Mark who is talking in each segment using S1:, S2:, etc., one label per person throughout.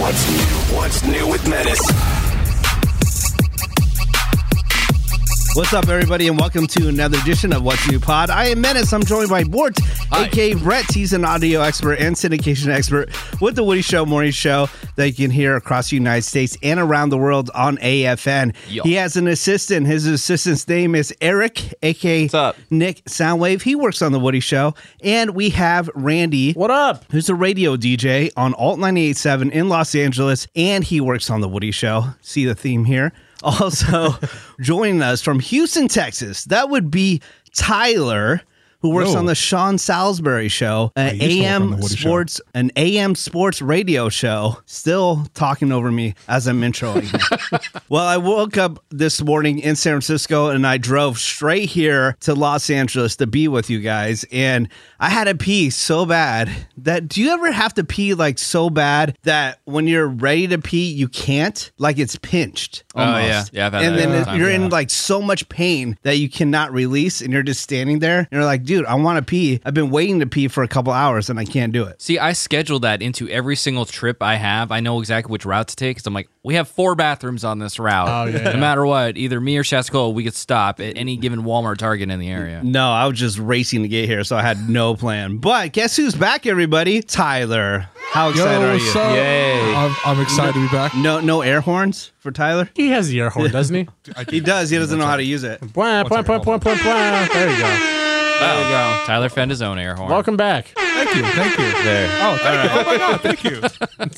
S1: What's new? What's new with Menace?
S2: What's up, everybody, and welcome to another edition of What's New Pod. I am Menace. I'm joined by Bort,
S3: Hi.
S2: aka Brett. He's an audio expert and syndication expert with the Woody Show Morning Show that you can hear across the United States and around the world on AFN.
S3: Yo.
S2: He has an assistant. His assistant's name is Eric, aka
S3: What's up?
S2: Nick Soundwave. He works on the Woody Show, and we have Randy.
S4: What up?
S2: Who's a radio DJ on Alt 987 in Los Angeles, and he works on The Woody Show. See the theme here. Also, joining us from Houston, Texas, that would be Tyler, who works
S5: Yo.
S2: on The Sean Salisbury Show, uh, an
S5: used to work on The
S2: AM
S5: Woody Show.
S2: sports, an AM sports radio show. Still talking over me as I'm introing. him. well, I woke up this morning in San Francisco and I drove straight here to Los Angeles to be with you guys. And I had to pee so bad that do you ever have to pee like so bad that when you're ready to pee, you can't? Like it's pinched.
S3: Oh, yeah.
S2: Almost.
S3: Yeah, I've had
S2: and
S3: that
S2: then
S3: a
S2: it-
S3: time.
S2: you're in like so much pain that you cannot release and you're just standing there and you're like, dude, I want to pee. I've been waiting to pee for a couple hours and I can't do it.
S3: See, I schedule that into every single trip I have. I know exactly which route to take because I'm like, we have four bathrooms on this route.
S5: Oh, yeah.
S3: No matter what, either me or Shaskol, we could stop at any given Walmart Target in the area.
S2: No, I was just racing to get here, so I had no plan. But guess who's back, everybody? Tyler. How
S5: Yo,
S2: excited are you?
S5: what's up? I'm, I'm excited to be back.
S2: No, no air horns for Tyler.
S4: He has the air horn, doesn't he?
S2: He does. He doesn't know how to use it.
S4: Blah, blah, blah, blah, blah, blah. There you go.
S3: There you go. Tyler fend his own air horn.
S4: Welcome back.
S5: Thank you. Thank you. Oh, thank you. Oh my God. Thank you.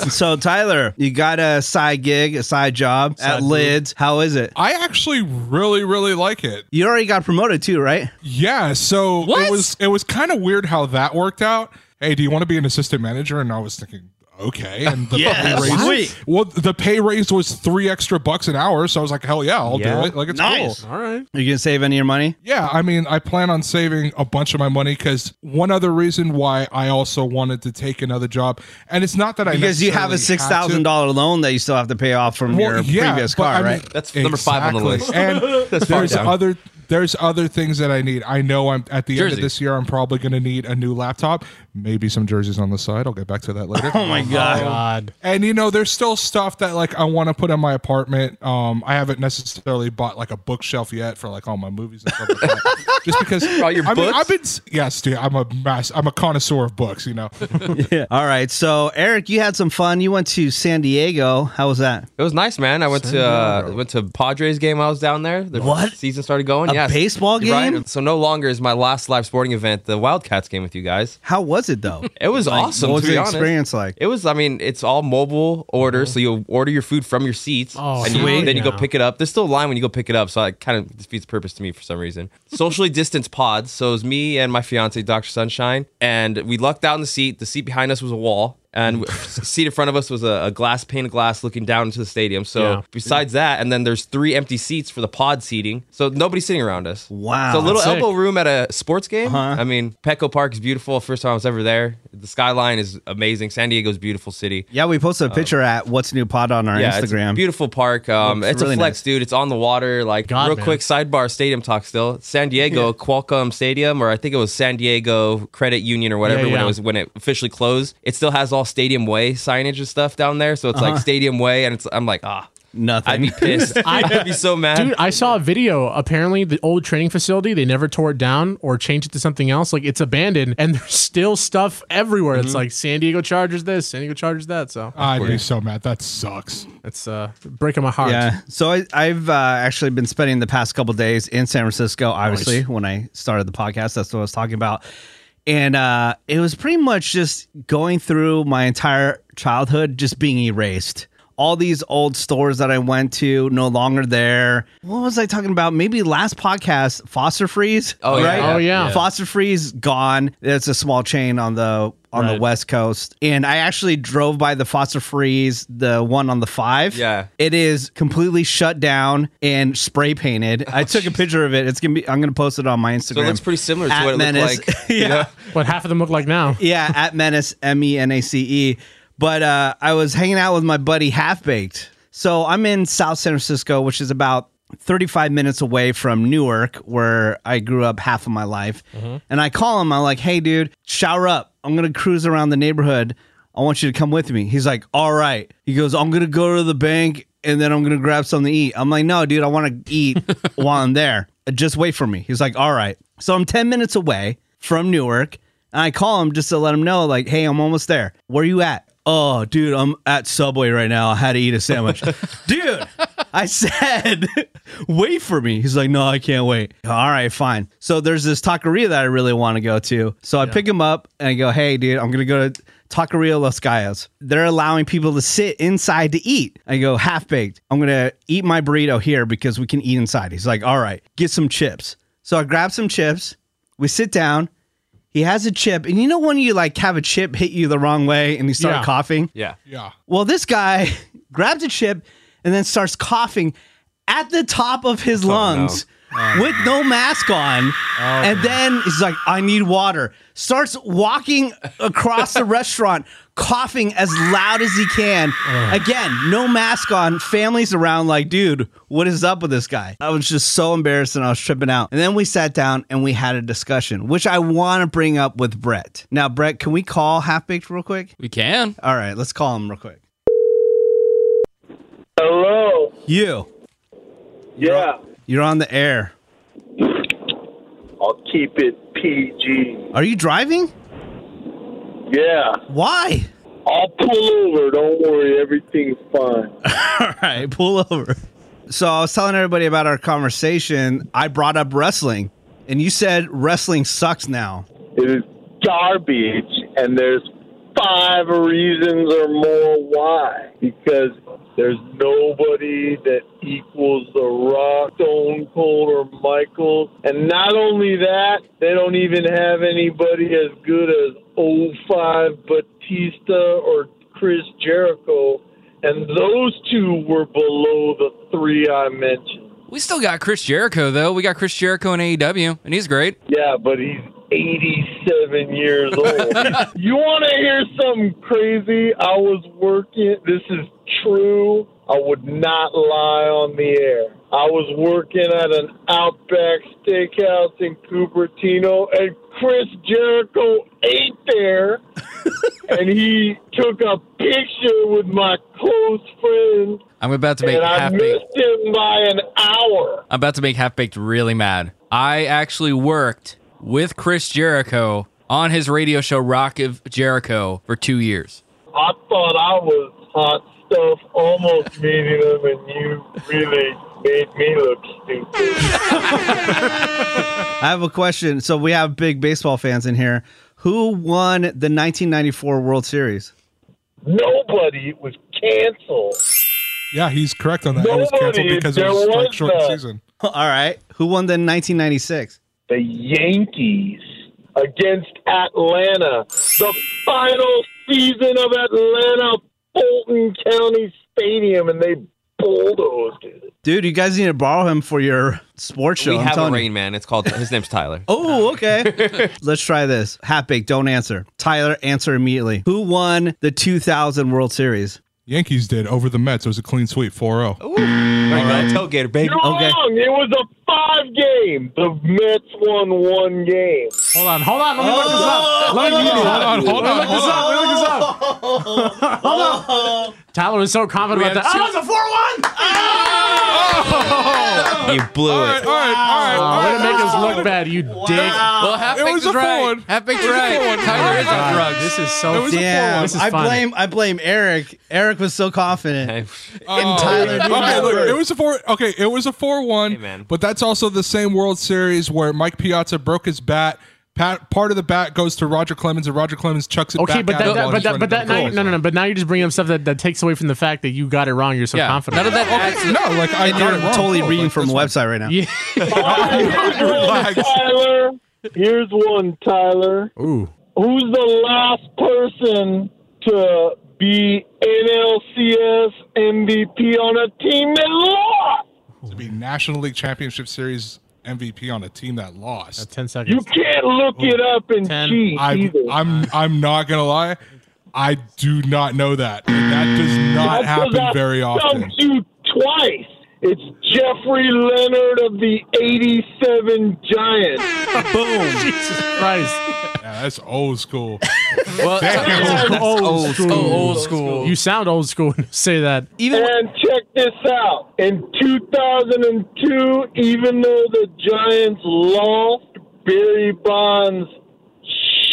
S2: So Tyler, you got a side gig, a side job at Lids. How is it?
S5: I actually really, really like it.
S2: You already got promoted too, right?
S5: Yeah. So
S3: What?
S5: it was it was kind of weird how that worked out. Hey, do you want to be an assistant manager? And I was thinking, okay. And the
S2: Yes.
S5: pay raise,
S2: Sweet.
S5: well, the pay raise was three extra bucks an hour, so I was like, hell yeah, I'll
S4: Yeah.
S5: do it. Like it's
S2: Nice.
S5: cool.
S4: All right.
S2: Are you gonna save any of your money?
S5: Yeah, I mean, I plan on saving a bunch of my money because one other reason why I also wanted to take another job, and it's not that I
S2: Because you have a
S5: necessarily
S2: six
S5: had to.
S2: thousand dollar loan that you still have to pay off from your previous
S5: but
S2: car,
S5: I mean-
S2: right?
S6: That's number five on the list.
S5: And
S6: far
S5: there's
S6: down.
S5: other there's other things that I need. I know I'm at the end of
S3: Jersey.
S5: this year. I'm probably going to need a new laptop, maybe some jerseys on the side. I'll get back to that later.
S2: oh my god.
S4: God.
S5: And you know, there's still stuff that like I want to put in my apartment. Um, I haven't necessarily bought like a bookshelf yet for like all my movies and stuff like that. Just because
S6: All your
S5: I mean,
S6: books?
S5: I've been s- yes, dude. I'm a mass. I'm a connoisseur of books. You know.
S2: Yeah. All right. So Eric, you had some fun. You went to San Diego. How was that?
S6: It was nice, man. I went to uh, went to Padres game. I was down there. The
S2: What?
S6: season started going?
S2: A
S6: yes.
S2: baseball
S6: You're
S2: game?
S6: So no longer is my last live sporting event the Wildcats game with you guys.
S2: How was it though?
S6: It was
S2: Like,
S6: awesome.
S2: What was
S6: to be
S2: the
S6: honest.
S2: experience like?
S6: It was. I mean, it's all mobile order, so you'll order your food from your seats,
S4: Oh,
S6: and you,
S4: sweet.
S6: then you go
S4: Yeah.
S6: pick it up. There's still a line when you go pick it up, so it kind of defeats the purpose to me for some reason. Socially distanced pods. So it was me and my fiance, Doctor Sunshine, and we lucked out in the seat. The seat behind us was a wall. And the seat in front of us was a, a glass pane of glass looking down into the stadium. So
S4: Yeah.
S6: besides that, and then there's three empty seats for the pod seating. So nobody's sitting around us.
S2: Wow.
S6: So a little
S4: Sick. Uh-huh.
S6: elbow room at a sports game. I mean, Petco Park is beautiful. First time I was ever there. The skyline is amazing. San Diego's a beautiful city.
S2: Yeah, we posted a picture at What's New Pod on our
S6: Uh, Yeah, it's a
S2: Instagram.
S6: beautiful park. Um,
S2: Looks
S6: it's
S2: really
S6: a flex,
S2: nice.
S6: dude. It's on the water. Like
S4: God,
S6: real
S4: man.
S6: quick sidebar stadium talk. Still, San Diego Qualcomm Stadium, or I think it was San Diego Credit Union or whatever when
S4: yeah.
S6: it was when it officially closed. It still has all Stadium Way signage and stuff down there. So it's
S4: Uh-huh.
S6: like Stadium Way, and it's I'm like ah. I'd
S2: Nothing.
S6: be pissed. I'd be so mad.
S4: Dude, I saw a video. Apparently, the old training facility, they never tore it down or changed it to something else. Like, it's abandoned, and there's still stuff everywhere.
S5: Mm-hmm.
S4: It's like San Diego Chargers this, San Diego Chargers that. So
S5: I'd be so mad. That sucks.
S4: it's uh, breaking my heart.
S2: Yeah. So I, I've uh, actually been spending the past couple days in San Francisco. Obviously, when I started the podcast, that's what I was talking about. And uh, it was pretty much just going through my entire childhood, just being erased. All these old stores that I went to, no longer there. What was I talking about? Maybe last podcast, Foster Freeze.
S6: Oh, yeah.
S2: right?
S4: Oh, yeah.
S2: Foster Freeze gone. It's a small chain on the on the
S4: Right.
S2: West Coast, and I actually drove by the Foster Freeze, the one on the five.
S6: Yeah.
S2: It is completely shut down and spray painted. I took a picture of it. It's gonna be. I'm gonna post it on my Instagram.
S6: Oh, So it looks pretty similar to
S2: At
S6: what it
S2: Menace.
S6: looked like.
S2: yeah,
S6: you know?
S4: What half of them look like now?
S2: yeah. At Menace, M E N A C E. But uh, I was hanging out with my buddy Half Baked. So I'm in South San Francisco, which is about 35 minutes away from Newark, where I grew up half of my life. And I call him. I'm like, "Hey, dude, shower up. I'm gonna cruise around the neighborhood." I want you to come with me. He's like, all right. He goes, I'm going to go to the bank and then I'm going to grab something to eat. I'm like, no, dude, I want to eat while I'm there. Just wait for me. He's like, all right. So I'm 10 minutes away from Newark. And I call him just to let him know, like, hey, I'm almost there. Where you at? Oh, dude, I'm at Subway right now. I had to eat a sandwich. dude, I said, wait for me. He's like, no, I can't wait. All right, fine. So there's this taqueria that I really want to go to. So I pick him up and I go, hey, dude, I'm going to go to Taqueria Los Gallos. They're allowing people to sit inside to eat. I go, half baked. I'm going to eat my burrito here because we can eat inside. He's like, all right, get some chips. So I grab some chips. We sit down. He has a chip, and you know when you like have a chip hit you the wrong way and you start
S4: Yeah.
S2: coughing?
S6: Yeah.
S5: Yeah.
S2: Well, this guy grabs a chip and then starts coughing at the top of his lungs with no mask on. and then he's like, I need water. Starts walking across the restaurant, coughing as loud as he can. Again, no mask on. Families around, like, dude, what is up with this guy? I was just so embarrassed and I was tripping out. And then we sat down and we had a discussion, which I want to bring up with Brett. Now, Brett, can we call Half Baked real quick?
S3: We can.
S2: All right, let's call him real quick.
S7: Hello.
S2: You,
S7: Yeah.
S2: you're on the air.
S7: I'll keep it PG.
S2: Are you driving?
S7: Yeah.
S2: Why?
S7: I'll pull over. Don't worry. Everything's fine.
S2: All right, pull over. So I was telling everybody about our conversation. I brought up wrestling, and you said wrestling sucks now.
S7: It is garbage, and there's five reasons or more why. Because there's nobody that equals The Rock, Stone Cold, or Michaels. And not only that, they don't even have anybody as good as 05 Batista or Chris Jericho. And those two were below the three I mentioned.
S3: We still got Chris Jericho though. We got Chris Jericho in AEW, and he's great.
S7: Yeah, but he's 87 years old. you want to hear something crazy? I was working. This is true. I would not lie on the air. I was working at an Outback Steakhouse in Cupertino, and Chris Jericho ate there, and he took a picture with my close friend,
S3: I'm about to make
S7: and I
S3: half baked.
S7: missed him by an hour.
S3: I'm about to make half baked really mad. I actually worked with Chris Jericho on his radio show Rock of Jericho for two years.
S7: I thought I was hot stuff almost meeting him, and you really made me look stupid.
S2: I have a question. So we have big baseball fans in here. Who won the 1994 World Series?
S7: Nobody it was canceled.
S5: Yeah, he's correct on that. it was canceled
S7: Nobody,
S5: because it
S7: there
S5: was like
S7: was
S5: short
S7: that.
S5: season.
S2: All right, who won the 1996?
S7: The Yankees against Atlanta, the final season of Atlanta Fulton County Stadium, and they bulldozed it.
S2: Dude, you guys need to borrow him for your sports show.
S6: we
S2: I'm
S6: have a
S2: telling you.
S6: rain man. It's called. His name's Tyler.
S2: Oh, okay. Let's try this. Half baked, don't answer. Tyler, answer immediately. Who won the 2000 World Series?
S5: Yankees did over the Mets. It was a clean sweep, oh. 4-0.
S6: Tailgater, baby.
S7: You're wrong. It was a five game. The Mets won one game.
S4: Hold on, hold on. Let me look this up. Let me look this up.
S5: Oh! Hold on, hold on,
S4: Let me look this
S5: hold on.
S4: up. Let me look this up. Hold on. Tyler was so confident about
S3: have
S4: that.
S3: two-
S4: Oh, it's a four-one.
S6: You blew
S5: All right, all right,
S6: it.
S5: all right.
S4: Oh,
S5: all
S4: way
S5: right.
S4: to make us look bad, you dick. Oh
S3: Well, half
S5: It
S3: baked
S5: was a
S3: is right.
S5: forward.
S3: Half baked
S5: It was a
S3: right.
S5: forward.
S3: Tyler is on
S5: God,
S3: drugs.
S4: This is
S5: It
S4: so
S5: was a
S4: damn. This is
S2: I
S4: funny.
S2: blame I blame Eric. Eric was so confident.
S5: Oh,
S2: Tyler
S5: okay.
S2: knew
S5: Okay,
S2: that
S5: look,
S2: word.
S5: it was a four. Okay, it was a four-one.
S6: man.
S5: but that's also the same World Series where Mike Piazza broke his bat. Pat, part of the bat goes to Roger Clemens, and Roger Clemens chucks it
S4: Okay,
S5: back
S4: but
S5: at
S4: that,
S5: him while
S4: that, but
S5: he's
S4: that,
S5: running
S4: but that
S5: down the
S4: night,
S5: field.
S4: no, no, no. But now you're just bringing up stuff that, that takes away from the fact that you got it wrong. You're so
S3: Yeah.
S4: confident.
S3: None of that adds
S5: Okay, no, like I
S2: And you're
S5: got it wrong.
S2: totally
S5: Cool,
S2: reading
S5: like,
S2: from a
S5: that's fine.
S2: website right now.
S4: Yeah.
S7: Here's one, Tyler. Here's one, Tyler.
S4: Ooh.
S7: Who's the last person to be NLCS MVP on a team that lost?
S5: To be National League Championship Series MVP on a team that lost.
S4: Ten
S7: You
S4: seconds.
S7: can't look it up and
S4: Ten.
S7: cheat
S5: I,
S7: either.
S5: I'm I'm not gonna lie, I do not know that. And that does not
S7: That's 'cause I
S5: happen very often.
S7: stumped you twice. It's Jeffrey Leonard of the '87 Giants.
S4: Jesus Christ.
S5: Yeah, that's old school.
S3: Well,
S5: Damn.
S4: old school.
S3: oh, old school.
S4: You sound old school when you say that.
S3: Even
S7: And check this out. In 2002, even though the Giants lost, Barry Bonds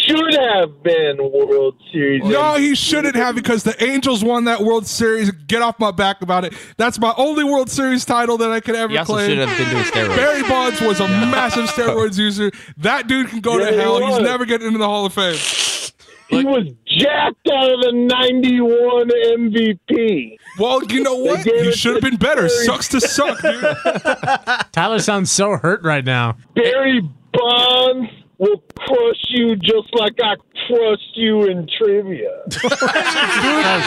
S7: should have been World Series.
S5: No, he shouldn't have because the Angels won that World Series. Get off my back about it. That's my only World Series title that I could ever
S6: You also
S5: claim.
S6: should have been doing steroids.
S5: Barry Bonds was a massive steroids user. That dude can go
S7: Yeah,
S5: to
S7: he
S5: hell.
S7: was.
S5: He's never getting into the Hall of Fame.
S7: he was jacked out of the 91 MVP.
S5: Well, you know what?
S7: gave
S5: You
S7: it
S5: should have
S7: to
S5: been better.
S7: Barry.
S5: Sucks to suck, dude.
S4: Tyler sounds so hurt right now.
S7: Barry Bonds will crush you just like I crushed you in trivia.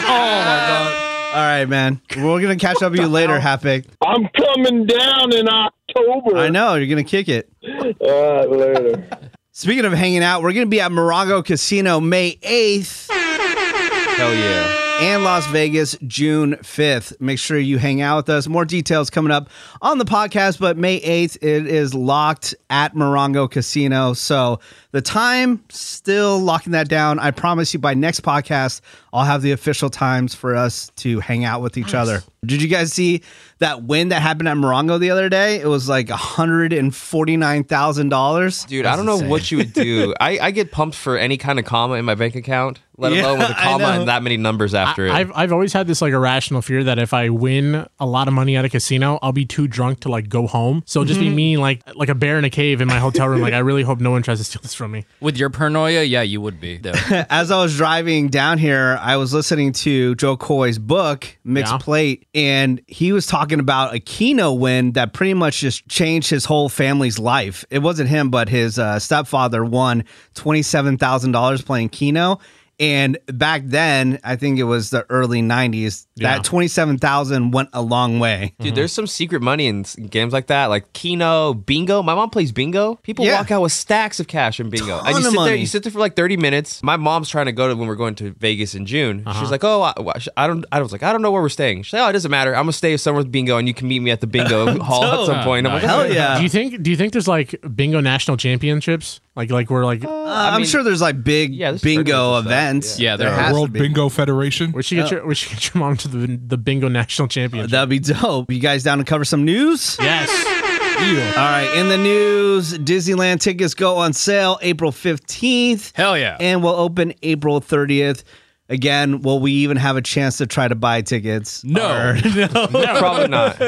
S2: All right, man. We're gonna catch up with you later, Hapik.
S7: I'm coming down in October.
S2: I know you're gonna kick it.
S7: All right, later.
S2: Speaking of hanging out, we're gonna be at Morongo Casino May eighth
S6: Hell yeah.
S2: and Las Vegas June fifth. Make sure you hang out with us. More details coming up on the podcast, but May eighth it is locked at Morongo Casino, so the time still locking that down. I promise you, by next podcast, I'll have the official times for us to hang out with each other. Did you guys see that win that happened at Morongo the other day? It was like hundred and forty nine thousand dollars.
S6: Dude, I don't know what you would do. I, I get pumped for any kind of comma in my bank account, let
S2: Yeah,
S6: alone with a
S2: I
S6: comma
S2: know.
S6: and that many numbers after it.
S4: I've I've always had this like irrational fear that if I win a lot of money at a casino, I'll be too drunk to like go home. So it'll just be me like like a bear in a cave in my hotel room. Like I really hope no one tries to steal this from me.
S3: with your paranoia, yeah, you would be. Though.
S2: as I was driving down here, I was listening to Joe Coy's book, Mixed
S4: Yeah.
S2: Plate, and he was talking about a Kino win that pretty much just changed his whole family's life. It wasn't him, but his uh, stepfather won $27,000 playing Kino. And back then, I think it was the early 90s,
S4: Yeah.
S2: that 27,000 went a long way.
S6: Dude, there's some secret money in s- games like that, like Keno, Bingo. My mom plays Bingo. People
S2: Yeah.
S6: walk out with stacks of cash in Bingo.
S2: Ton
S6: and you
S2: of
S6: sit there,
S2: money.
S6: you sit there for like 30 minutes. My mom's trying to go to when we're going to Vegas in June.
S2: Uh-huh.
S6: She's like, "Oh, I, I don't." I was like, "I don't know where we're staying." She's like, "Oh, it doesn't matter. I'm gonna stay somewhere with Bingo, and you can meet me at the Bingo Hall at some point." I'm like,
S2: Hell
S6: "Okay."
S2: yeah.
S4: Do you think do you think there's like bingo national championships? Like like we're like
S2: Uh, I'm
S6: mean-
S2: sure there's like big
S6: Yeah, there's
S2: bingo
S6: tournaments and stuff,
S2: events.
S3: yeah. Yeah, there are.
S2: has to
S5: World
S2: be.
S5: Bingo Federation.
S4: we should get your we should get your mom to the the bingo
S2: Oh,
S4: national championship.
S2: That'd be dope. You guys down to cover some news?
S4: yes.
S2: All right, in the news, Disneyland tickets go on sale April 15th
S3: Hell yeah.
S2: and will open April 30th. Again, will we even have a chance to try to buy tickets?
S3: No.
S2: Or-
S6: Probably not.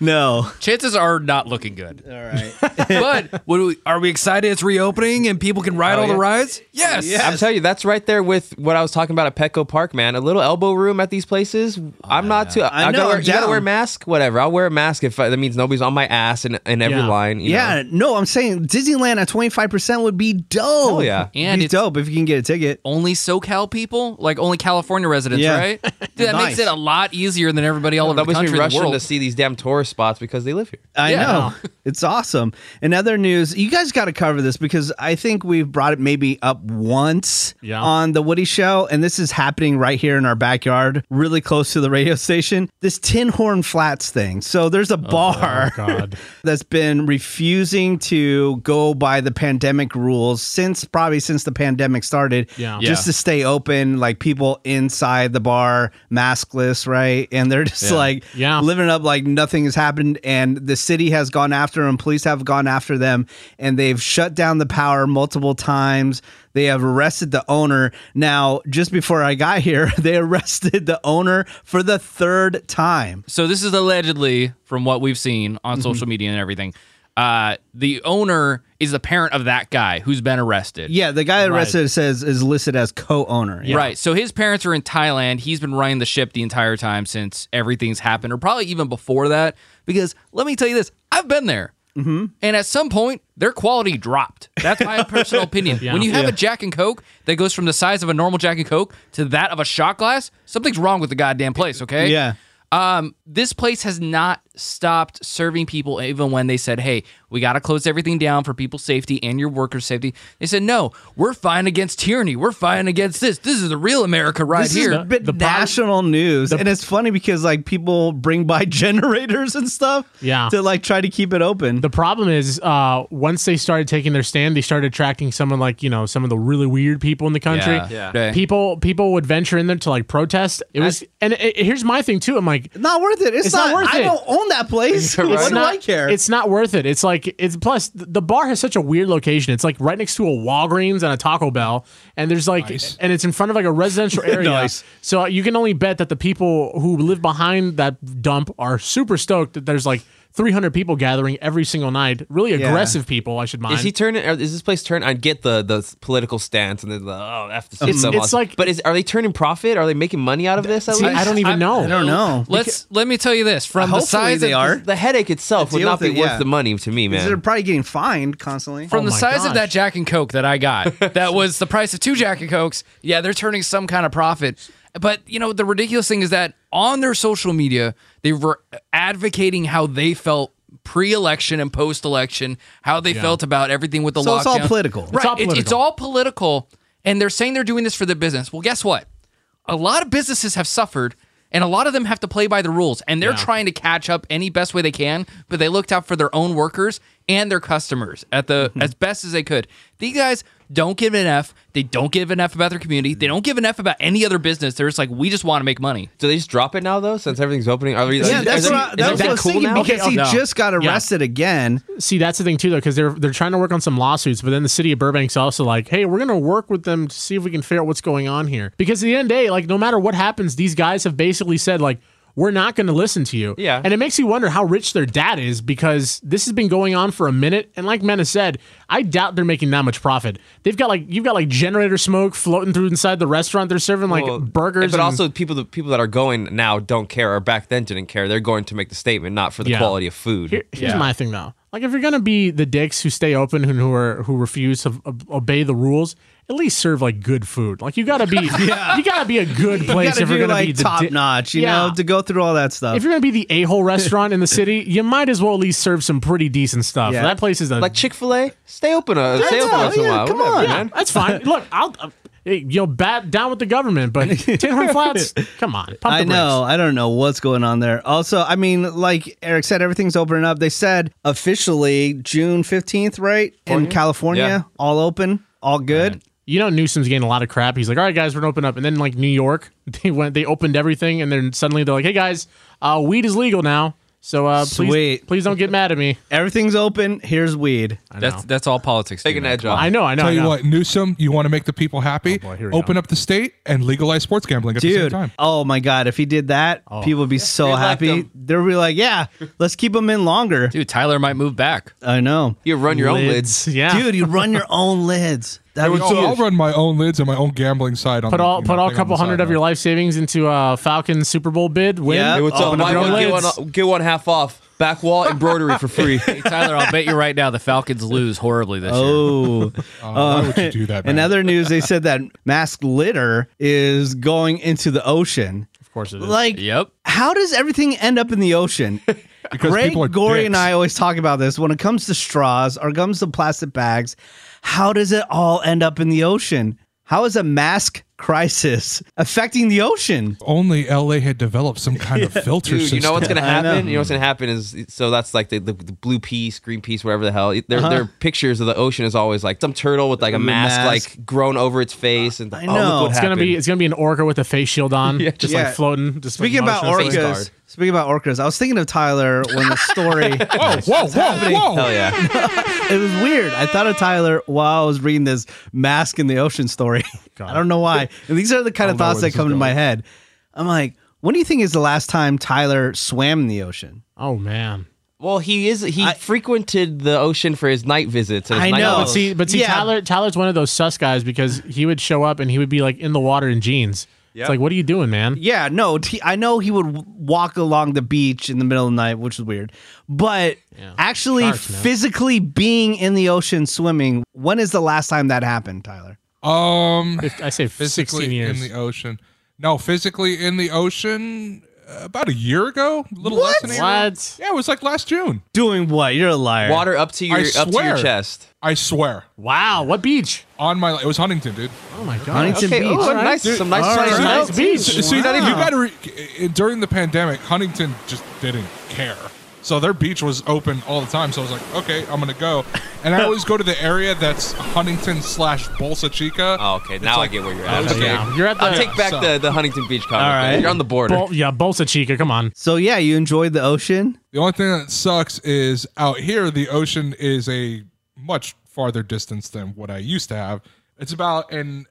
S2: no.
S3: Chances are not looking good.
S2: All right.
S3: But would we, are we excited it's reopening and people can ride all the
S6: Oh, yeah.
S3: rides? Yes.
S6: I'm telling you, that's right there with what I was talking about at Petco Park, man. A little elbow room at these places. I'm not too. I,
S2: know,
S6: gotta, wear,
S2: I'm
S6: you gotta
S2: down.
S6: wear a mask. Whatever. I'll wear a mask if uh, that means nobody's on my ass in, in every
S4: Yeah.
S6: line. you know?
S2: Yeah, no, I'm saying Disneyland at 25% would be dope.
S6: Hell yeah.
S2: And
S3: And
S2: be
S3: it's-
S2: dope if you can get a ticket.
S3: Only SoCal people, like only California residents,
S2: Yeah.
S3: right? Dude, that
S2: Nice.
S3: makes it a lot easier than everybody all over
S6: That
S3: the
S6: makes me
S3: country and the
S6: rushing
S3: world.
S6: to see these damn tourist spots because they live here.
S2: I
S3: Yeah.
S2: know. It's awesome. In other news, you guys got to cover this because I think we've brought it maybe up once
S4: Yeah.
S2: on the Woody Show, and this is happening right here in our backyard, really close to the radio station. This Tin Horn Flats thing. So there's a bar
S4: Oh, God.
S2: that's been refusing to go by the pandemic rules since probably since the pandemic started.
S4: Yeah.
S2: Just
S3: Yeah.
S2: to stay open, like people inside the bar, maskless, right? And they're just like
S4: Yeah.
S2: living it up like nothing has happened. And the city has gone after them, police have gone after them, and they've shut down the power multiple times. They have arrested the owner. Now, just before I got here, they arrested the owner for the third time.
S3: So this is allegedly from what we've seen
S6: Mm-hmm.
S3: on social media and everything. Uh, the owner is the parent of that guy who's been arrested.
S2: Yeah, the guy arrested says is listed as co-owner. Yeah.
S3: Right. So his parents are in Thailand. He's been running the ship the entire time since everything's happened, or probably even before that. Because let me tell you this I've been there. Mm-hmm. And at some point, their quality dropped. That's my personal opinion. When you have a Jack and Coke that goes from the size of a normal Jack and Coke to that of a shot glass, something's wrong with the goddamn place, okay?
S2: Yeah.
S3: Um, this place has not stopped serving people even when they said, "Hey, we got to close everything down for people's safety and your workers' safety." They said, "No, we're fighting against tyranny. We're fighting against this. This is the real America right
S2: This
S3: here."
S2: has been
S4: The bottom-
S2: national news, and it's funny because like people bring by generators and stuff,
S4: Yeah.
S2: to like try to keep it open.
S4: The problem is, uh, once they started taking their stand, they started attracting someone like you know some of the really weird people in the country.
S3: Yeah. Yeah.
S4: People people would venture in there to like protest. It was, and it, it- here's my thing too. I'm like,
S2: not worth it. It's,
S4: It's
S2: not,
S4: not worth
S2: I
S4: it.
S2: don't own that place.
S6: right.
S2: What
S6: It's
S2: do I care?
S4: It's not worth it. It's like it's plus th- the bar has such a weird location. It's like right next to a Walgreens and a Taco Bell, and there's like
S5: Nice.
S4: and it's in front of like a residential area.
S2: Nice.
S4: So you can only bet that the people who live behind that dump are super stoked that there's like 300 people gathering every single night. Really aggressive people, I should mind.
S6: Is he turning? Is this place turning? I get the the political stance and the, the oh f the
S4: It's-
S6: system.
S4: it's like-
S6: but is are they turning profit? Are they making money out of this? At
S4: See,
S6: least?
S4: I don't even know.
S2: I don't know.
S3: Let's let me tell you this from the
S2: Hopefully
S3: size
S2: they
S3: of
S2: are.
S6: The headache itself
S2: The
S6: would
S2: deal
S6: not be
S2: with it,
S6: worth
S2: yeah.
S6: the money to me,
S2: They're
S6: man.
S2: probably getting fined constantly.
S3: from
S4: Oh
S3: the
S4: my
S3: size of
S4: gosh.
S3: that Jack and Coke that I got, that was the price of two Jack and Cokes. Yeah, they're turning some kind of profit. But you know, the ridiculous thing is that on their social media, they were advocating how they felt pre-election and post-election, how they felt about everything with the
S2: So
S3: lockdown.
S2: it's all political. It's
S3: Right. It's
S4: all
S3: all political. it's
S4: political.
S3: all political, and they're saying they're doing this for the business. Well, guess what? A lot of businesses have suffered. And a lot of them have to play by the rules, and they're trying to catch up any best way they can. But they looked out for their own workers and their customers at the as best as they could. These guys don't give an f. They don't give an f about their community. They don't give an f about any other business. They're just like, we just want to make money.
S6: Do they just drop it now though, since everything's opening? Are they,
S2: yeah,
S6: is,
S2: that's
S6: is,
S2: what,
S6: is
S2: I, that's
S6: that
S2: what I was
S6: cool
S2: thinking
S6: now?
S2: because he
S4: no.
S2: just got
S4: Yeah.
S2: arrested again.
S4: See, that's the thing too, though, because they're they're trying to work on some lawsuits, but then the city of Burbank's also like, hey, we're gonna work with them to see if we can figure out what's going on here. Because at the end of the day, like no matter what happens, these guys have basically said like. We're not going to listen to you.
S6: Yeah.
S4: And it makes you wonder how rich their dad is because this has been going on for a minute. And like Mena said, I doubt they're making that much profit. They've got like, you've got like generator smoke floating through inside the restaurant. They're serving like
S6: Well,
S4: burgers.
S6: But
S4: and-
S6: also, people the people that are going now don't care, or back then didn't care. They're going to make the statement, not for the
S4: Yeah.
S6: quality of food.
S4: Here- here's my thing though. Like if you're gonna be the dicks who stay open and who are who refuse to ob- obey the rules, at least serve like good food. Like you gotta be, you gotta be a good
S2: You
S4: place
S2: gotta
S4: if you're
S2: do
S4: gonna be
S2: like
S4: the
S2: top
S4: di-
S2: notch, you
S4: Yeah.
S2: know, to go through all that stuff.
S4: If you're gonna be the a-hole restaurant in the city, you might as well at least serve some pretty decent stuff.
S2: Yeah.
S4: That place is a
S6: Like Chick Fil A, stay open, uh, stay open
S2: yeah,
S6: once in a
S2: yeah,
S6: while.
S2: come
S6: whatever,
S2: on.
S4: yeah,
S6: man.
S4: that's fine. Look, I'll. Uh, You'll bat down with the government, but Tinhorn Flats, come on, pump the
S2: I know.
S4: brakes.
S2: I don't know what's going on there. Also, I mean, like Eric said, everything's opening up. They said officially June 15th, right? In California,
S6: Yeah.
S2: all open, all good.
S4: You know Newsom's getting a lot of crap. He's like, "All right, guys, we're gonna open up," and then like New York, they went, they opened everything, and then suddenly they're like, "Hey guys, uh, weed is legal now, so uh, please,
S2: Sweet.
S4: please don't get mad at me."
S2: Everything's open. Here's weed.
S3: That's that's all politics.
S6: Take
S3: too,
S6: an
S3: man.
S6: edge off.
S4: I know, I know,
S5: Tell
S4: I
S5: you
S4: know.
S5: what, Newsom, you want to make the people happy?
S4: here we
S5: Open up the state and legalize sports gambling at the same
S2: Dude,
S5: time.
S2: oh my God. If he did that, people would be so
S6: reelect
S2: happy.
S6: him.
S2: They'd be like, yeah, let's keep him in longer.
S3: Dude, Tyler might move back.
S2: I know.
S6: You run your own lids.
S4: yeah.
S2: Dude, you run your own lids. That would
S5: So I'll run my own lids and my own gambling side on
S4: put
S5: the-
S4: all
S5: you know,
S4: put all
S5: thing on
S4: couple
S5: the
S4: hundred
S5: side
S4: of your life savings into uh, Falcon Super Bowl bid. Win.
S2: Yeah.
S6: Hey, what's
S2: Oh,
S6: up?
S2: my
S6: Buy one, get,
S4: lids.
S6: one, get one half off. Back wall embroidery for free.
S3: Hey, Tyler, I'll bet you right now the Falcons lose horribly this year.
S2: Oh,
S5: Oh, why would you do that,
S2: in
S5: man?
S2: other news, they said that mask litter is going into the ocean.
S4: Of course it is.
S2: Like,
S3: Yep.
S2: how does everything end up in the ocean?
S5: Because
S2: Greg,
S5: people are
S2: Gory, and
S5: dicks.
S2: I always talk about this. When it comes to straws or comes to plastic bags, how does it all end up in the ocean? How is a mask crisis affecting the ocean?
S5: Only LA had developed some kind of filter
S6: Dude,
S5: system.
S6: you know what's gonna happen?
S2: know.
S6: You know what's gonna happen is so that's like the, the, the blue piece, green piece, whatever the hell. Their their pictures of the ocean is always like some turtle with like a
S2: The
S6: mask,
S2: mask.
S6: like grown over its face, and I
S2: know.
S6: oh, look what
S4: it's gonna
S6: happened.
S4: be it's gonna be an orca with a face shield on, just
S2: Yeah.
S4: like floating. Just
S2: Speaking
S4: like,
S2: about
S4: motionless.
S6: Face
S2: orcas,
S6: guard.
S2: speaking about orcas, I was thinking of Tyler when the story.
S5: Whoa, whoa, whoa, whoa!
S6: Hell yeah!
S2: it was weird. I thought of Tyler while I was reading this mask in the ocean story. I don't know why. And these are the kind of
S5: know
S2: thoughts
S5: where
S2: that
S5: this
S2: come
S5: is
S2: to my
S5: going.
S2: head. I'm like, when do you think is the last time Tyler swam in the ocean?
S4: Oh man.
S6: Well, he is he frequented the ocean for his night visits. And his
S2: I
S6: night
S2: know.
S4: But
S6: walks.
S4: see, but see,
S2: Yeah.
S4: Tyler Tyler's one of those sus guys because he would show up and he would be like in the water in jeans. It's like, what are you doing, man?
S2: Yeah, no, t- I know he would w- walk along the beach in the middle of the night, which is weird. But actually,
S4: Sharks, man.
S2: physically being in the ocean swimming, when is the last time that happened, Tyler?
S5: Um,
S4: I say 16
S5: physically in
S4: years.
S5: the ocean. No, physically in the ocean. about a year ago, a little less than a year.
S4: What?
S5: Yeah, it was like last June.
S2: Doing what? You're a liar.
S6: Water up to your
S5: I
S6: up to your
S5: swear.
S6: chest.
S5: I swear.
S4: Wow, what beach?
S5: On my, it was Huntington, dude.
S4: Oh my god.
S2: Huntington
S6: Okay,
S2: Beach.
S6: ooh,
S4: All right.
S6: nice, some nice
S2: All
S6: sunny
S2: right.
S6: nights.
S4: Nice beach.
S5: So, so you,
S4: Wow.
S5: you gotta re- during the pandemic, Huntington just didn't care. So their beach was open all the time. So I was like, okay, I'm gonna go, and I always go to the area that's Huntington slash Bolsa Chica.
S6: Oh, okay. Now I get where you're at.
S5: those
S6: Okay.
S4: Yeah, you're at the
S6: I'll take back
S5: so-
S6: the, the Huntington Beach comment.
S2: All right.
S6: You're on the border.
S4: Bol- yeah, Bolsa Chica. Come on.
S2: So yeah, you enjoyed the ocean.
S5: The only thing that sucks is out here, the ocean is a much farther distance than what I used to have. It's about an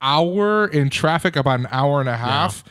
S5: hour in traffic, about an hour and a half.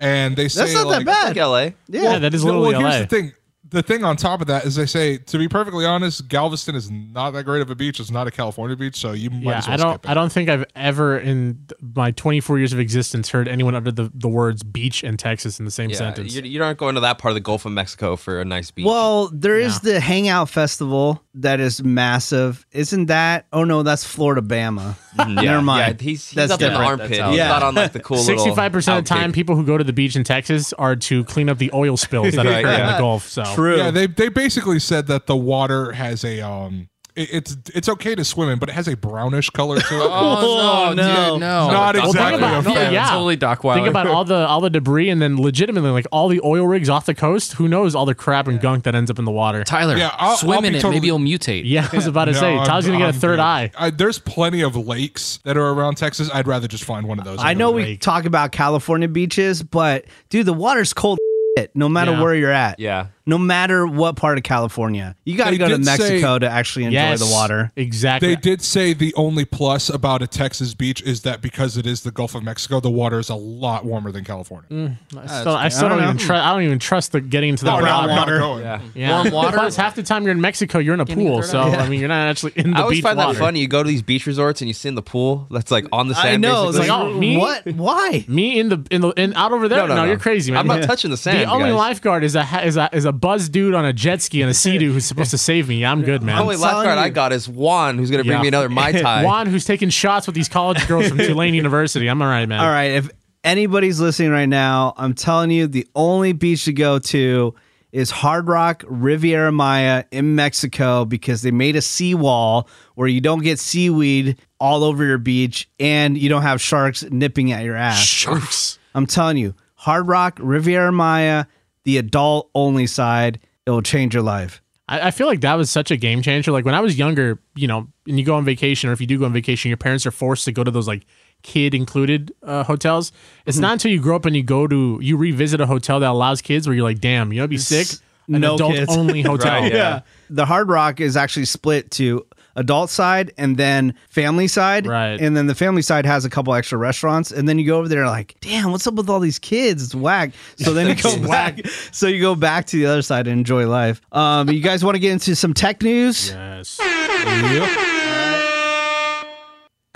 S5: And they say
S2: That's not
S5: like,
S2: that bad.
S6: Like LA.
S4: Yeah, that is
S5: Well,
S4: literally LA.
S5: here's the thing. The thing on top of that is they say, to be perfectly honest, Galveston is not that great of a beach. It's not a California beach, so you might
S4: Yeah,
S5: as well
S4: I don't.
S5: skip it.
S4: I don't think I've ever in th- my 24 years of existence heard anyone utter the, the words beach and Texas in the same
S6: Yeah,
S4: sentence.
S6: you, you aren't going to that part of the Gulf of Mexico for a nice beach.
S2: Well, there is the Hangout Festival that is massive. Isn't that? Oh no, that's Florida Bama. Never mind.
S6: Mm-hmm. Yeah, he's, he's
S2: that's
S6: up in the
S2: different.
S6: armpit.
S3: That's
S6: He's
S3: out.
S2: Yeah.
S6: not on like the cool little
S4: 65% of the time,
S6: outtake.
S4: people who go to the beach in Texas are to clean up the oil spills that
S6: Right,
S4: occur in
S6: yeah.
S4: the Gulf. So
S2: True.
S5: Yeah, they they basically said that the water has a um, it, it's it's okay to swim in, but it has a brownish color to it.
S3: Oh,
S2: no, no.
S3: dude, no.
S5: Not
S3: Doc
S5: exactly
S3: Weiler.
S5: a
S4: fan.
S3: Yeah,
S4: Yeah.
S3: totally Doc Weiler.
S4: Think about all the all the debris and then legitimately like all the oil rigs off the coast. Who knows all the crap and gunk that ends up in the water?
S3: Tyler.
S5: Yeah, I'll-
S3: swim
S5: I'll
S3: in
S5: be
S3: it.
S5: totally-
S3: Maybe you'll mutate.
S4: Yeah, I was about to
S5: Oh, No,
S4: say,
S5: I'm-
S4: Tyler's gonna get a
S5: I'm
S4: third
S5: good.
S4: eye.
S5: I, there's plenty of lakes that are around Texas. I'd rather just find one of those.
S2: I know we
S4: Lake.
S2: talk about California beaches, but dude, the water's cold. No matter
S4: Yeah.
S2: where you're at.
S6: Yeah.
S2: No matter what part of California, you got to
S5: They
S2: go to
S5: did
S2: Mexico
S5: say-
S2: to actually enjoy
S4: Yes,
S2: the water.
S4: Exactly.
S5: They did say the only plus about a Texas beach is that because it is the Gulf of Mexico, the water is a lot warmer than California.
S4: I still, I still
S2: I
S4: don't,
S2: don't
S4: even
S2: know.
S4: trust. I don't even trust the getting into that
S5: Oh, no,
S4: water.
S5: I'm not
S2: water.
S5: going.
S6: Yeah.
S4: Yeah.
S3: Warm water?
S4: Plus, half the time you're in Mexico, you're in a pool.
S3: third
S4: So
S3: eye.
S4: I mean, you're not actually in the
S6: I always
S4: beach
S6: find
S4: water.
S6: that funny. You go to these beach resorts and you sit in the pool that's like on the sand.
S2: I know. It's
S6: basically.
S2: like,
S4: Like, oh, me?
S2: what? Why?
S4: Me in the in the in out over there? No, you're crazy, man.
S6: I'm not touching the sand.
S4: The only
S6: guys.
S4: lifeguard is a ha- is a is a buzz dude on a jet ski and a sea dude who's supposed to save me. I'm good,
S6: The
S4: man.
S6: only lifeguard I got is Juan, who's going to bring
S4: Yeah.
S6: me another Mai Tai.
S4: Juan, who's taking shots with these college girls from Tulane University. I'm all right, man.
S2: All right. If anybody's listening right now, I'm telling you, the only beach to go to is Hard Rock Riviera Maya in Mexico because they made a seawall where you don't get seaweed all over your beach and you don't have sharks nipping at your ass.
S4: Sharks.
S2: I'm telling you, Hard Rock Riviera Maya, the adult only side, it will change your life.
S4: I, I feel like that was such a game changer. Like when I was younger, you know, and you go on vacation, or if you do go on vacation, your parents are forced to go to those like kid included uh, hotels.
S2: Mm-hmm.
S4: It's not until you grow up and you go to you revisit a hotel that allows kids where you're like, damn, you know, what'd be sick. An
S2: no
S4: adult
S2: kids.
S4: only hotel.
S6: Right, yeah.
S2: The Hard Rock is actually split to adult side and then family side.
S4: Right.
S2: And then the family side has a couple extra restaurants. And then you go over there like, damn, what's up with all these kids? It's whack. So then you go back. So you go back to the other side and enjoy life. Um, you guys want to get into some tech news?
S4: Yes.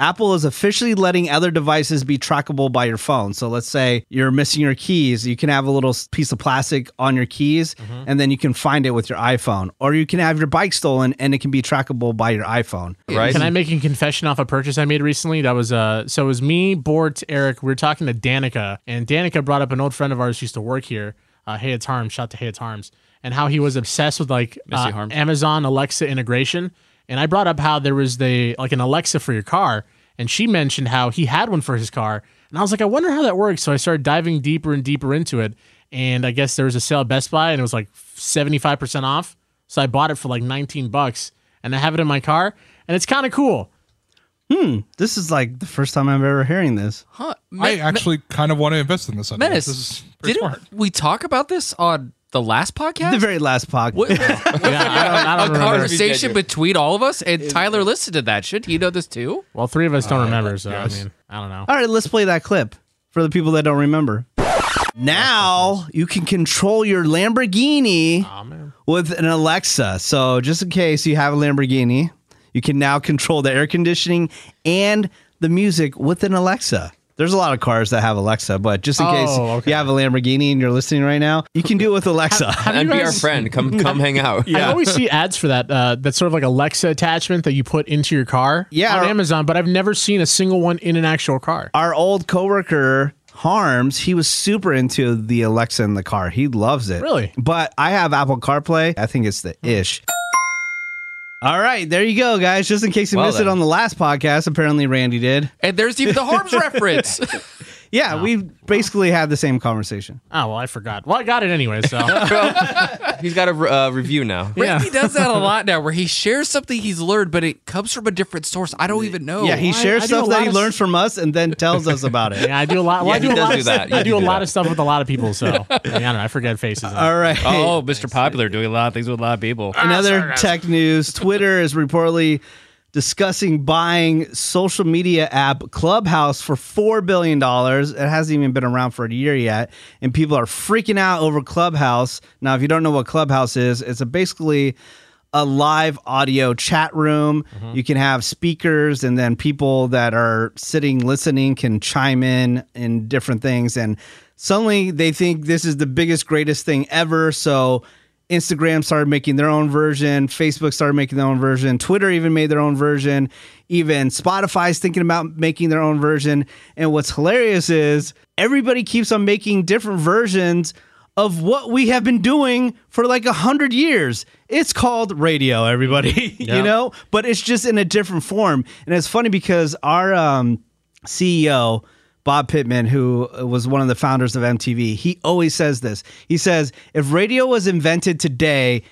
S2: Apple is officially letting other devices be trackable by your phone. So let's say you're missing your keys, you can have a little s- piece of plastic on your keys
S4: Mm-hmm.
S2: and then you can find it with your iPhone. Or you can have your bike stolen and it can be trackable by your iPhone.
S6: right?
S4: Can I make a confession off a purchase I made recently? That was uh so it was me, Bort, Eric. We were talking to Danica, and Danica brought up an old friend of ours who used to work here, uh, Hey It's Harms, shout to Hey It's Harms, and how he was obsessed with like
S3: Missy
S4: uh,
S3: Harms.
S4: Amazon Alexa integration. And I brought up how there was the like an Alexa for your car, and she mentioned how he had one for his car, and I was like, I wonder how that works. So I started diving deeper and deeper into it, and I guess there was a sale at Best Buy, and it was like seventy five percent off. So I bought it for like nineteen bucks, and I have it in my car, and it's kind of cool.
S2: This is like the first time I'm ever hearing this.
S3: Huh. Me-
S5: I actually kind of want to invest in this. idea.
S3: Menace.
S5: This is pretty
S3: Didn't
S5: smart.
S3: we talk about this on the last podcast?
S2: The very last podcast.
S3: What-
S4: Yeah, I don't, I don't
S3: a
S4: remember.
S3: conversation between all of us, and Tyler listened to that. Should he know this too?
S4: Well, three of us don't remember, so I mean, I don't know.
S2: All right, let's play that clip for the people that don't remember. Now you can control your Lamborghini with an Alexa. So, just in case you have a Lamborghini, you can now control the air conditioning and the music with an Alexa. There's a lot of cars that have Alexa, but just in case
S4: Oh, okay.
S2: you have a Lamborghini and you're listening right now, you can do it with Alexa.
S6: and
S4: you
S6: be our
S4: guys-
S6: friend. Come come hang out.
S4: I always see ads for that. Uh, that's sort of like Alexa attachment that you put into your car
S2: Yeah,
S4: on
S2: or-
S4: Amazon, but I've never seen a single one in an actual car.
S2: Our old coworker Harms, he was super into the Alexa in the car. He loves it.
S4: Really?
S2: But I have Apple CarPlay. I think it's the ish. All right, there you go, guys. Just in case you
S6: Well
S2: missed
S6: then.
S2: it on the last podcast, apparently Randy did.
S3: And there's even the Harms reference.
S2: Yeah, we basically had the same conversation.
S4: Oh well, I forgot. Well, I got it anyway. So
S6: He's got a re- uh, review now.
S3: Randy does that a lot now, where he shares something he's learned, but it comes from a different source. I don't even know.
S2: yeah, he
S4: Oh, I-
S2: shares
S4: I do
S2: stuff
S4: a
S2: that
S4: lot
S2: he
S4: of
S2: learns from us and then tells us about it.
S4: yeah, I do a lot. Well,
S6: Yeah,
S4: I do
S6: he
S4: a
S6: does
S4: lot.
S6: do
S4: of,
S6: that. You
S4: I do,
S6: do
S4: a
S6: that.
S4: lot of stuff with a lot of people. So I, mean, I don't know. I forget faces.
S2: All right.
S3: Oh, Mr. Popular doing a lot of things with a lot of people.
S2: Another tech news Twitter is reportedly discussing buying social media app Clubhouse for $4 billion. It hasn't even been around for a year yet. And people are freaking out over Clubhouse. Now, if you don't know what Clubhouse is, it's a basically a live audio chat room. You can have speakers, and then people that are sitting listening can chime in in different things. And suddenly they think this is the biggest, greatest thing ever. So Instagram started making their own version. Facebook started making their own version. Twitter even made their own version. Even Spotify's thinking about making their own version. And what's hilarious is everybody keeps on making different versions of what we have been doing for like a hundred years. It's called radio, everybody. you know, but it's just in a different form. And it's funny because our um, CEO Bob Pittman, who was one of the founders of MTV, he always says this. He says, "If radio was invented today."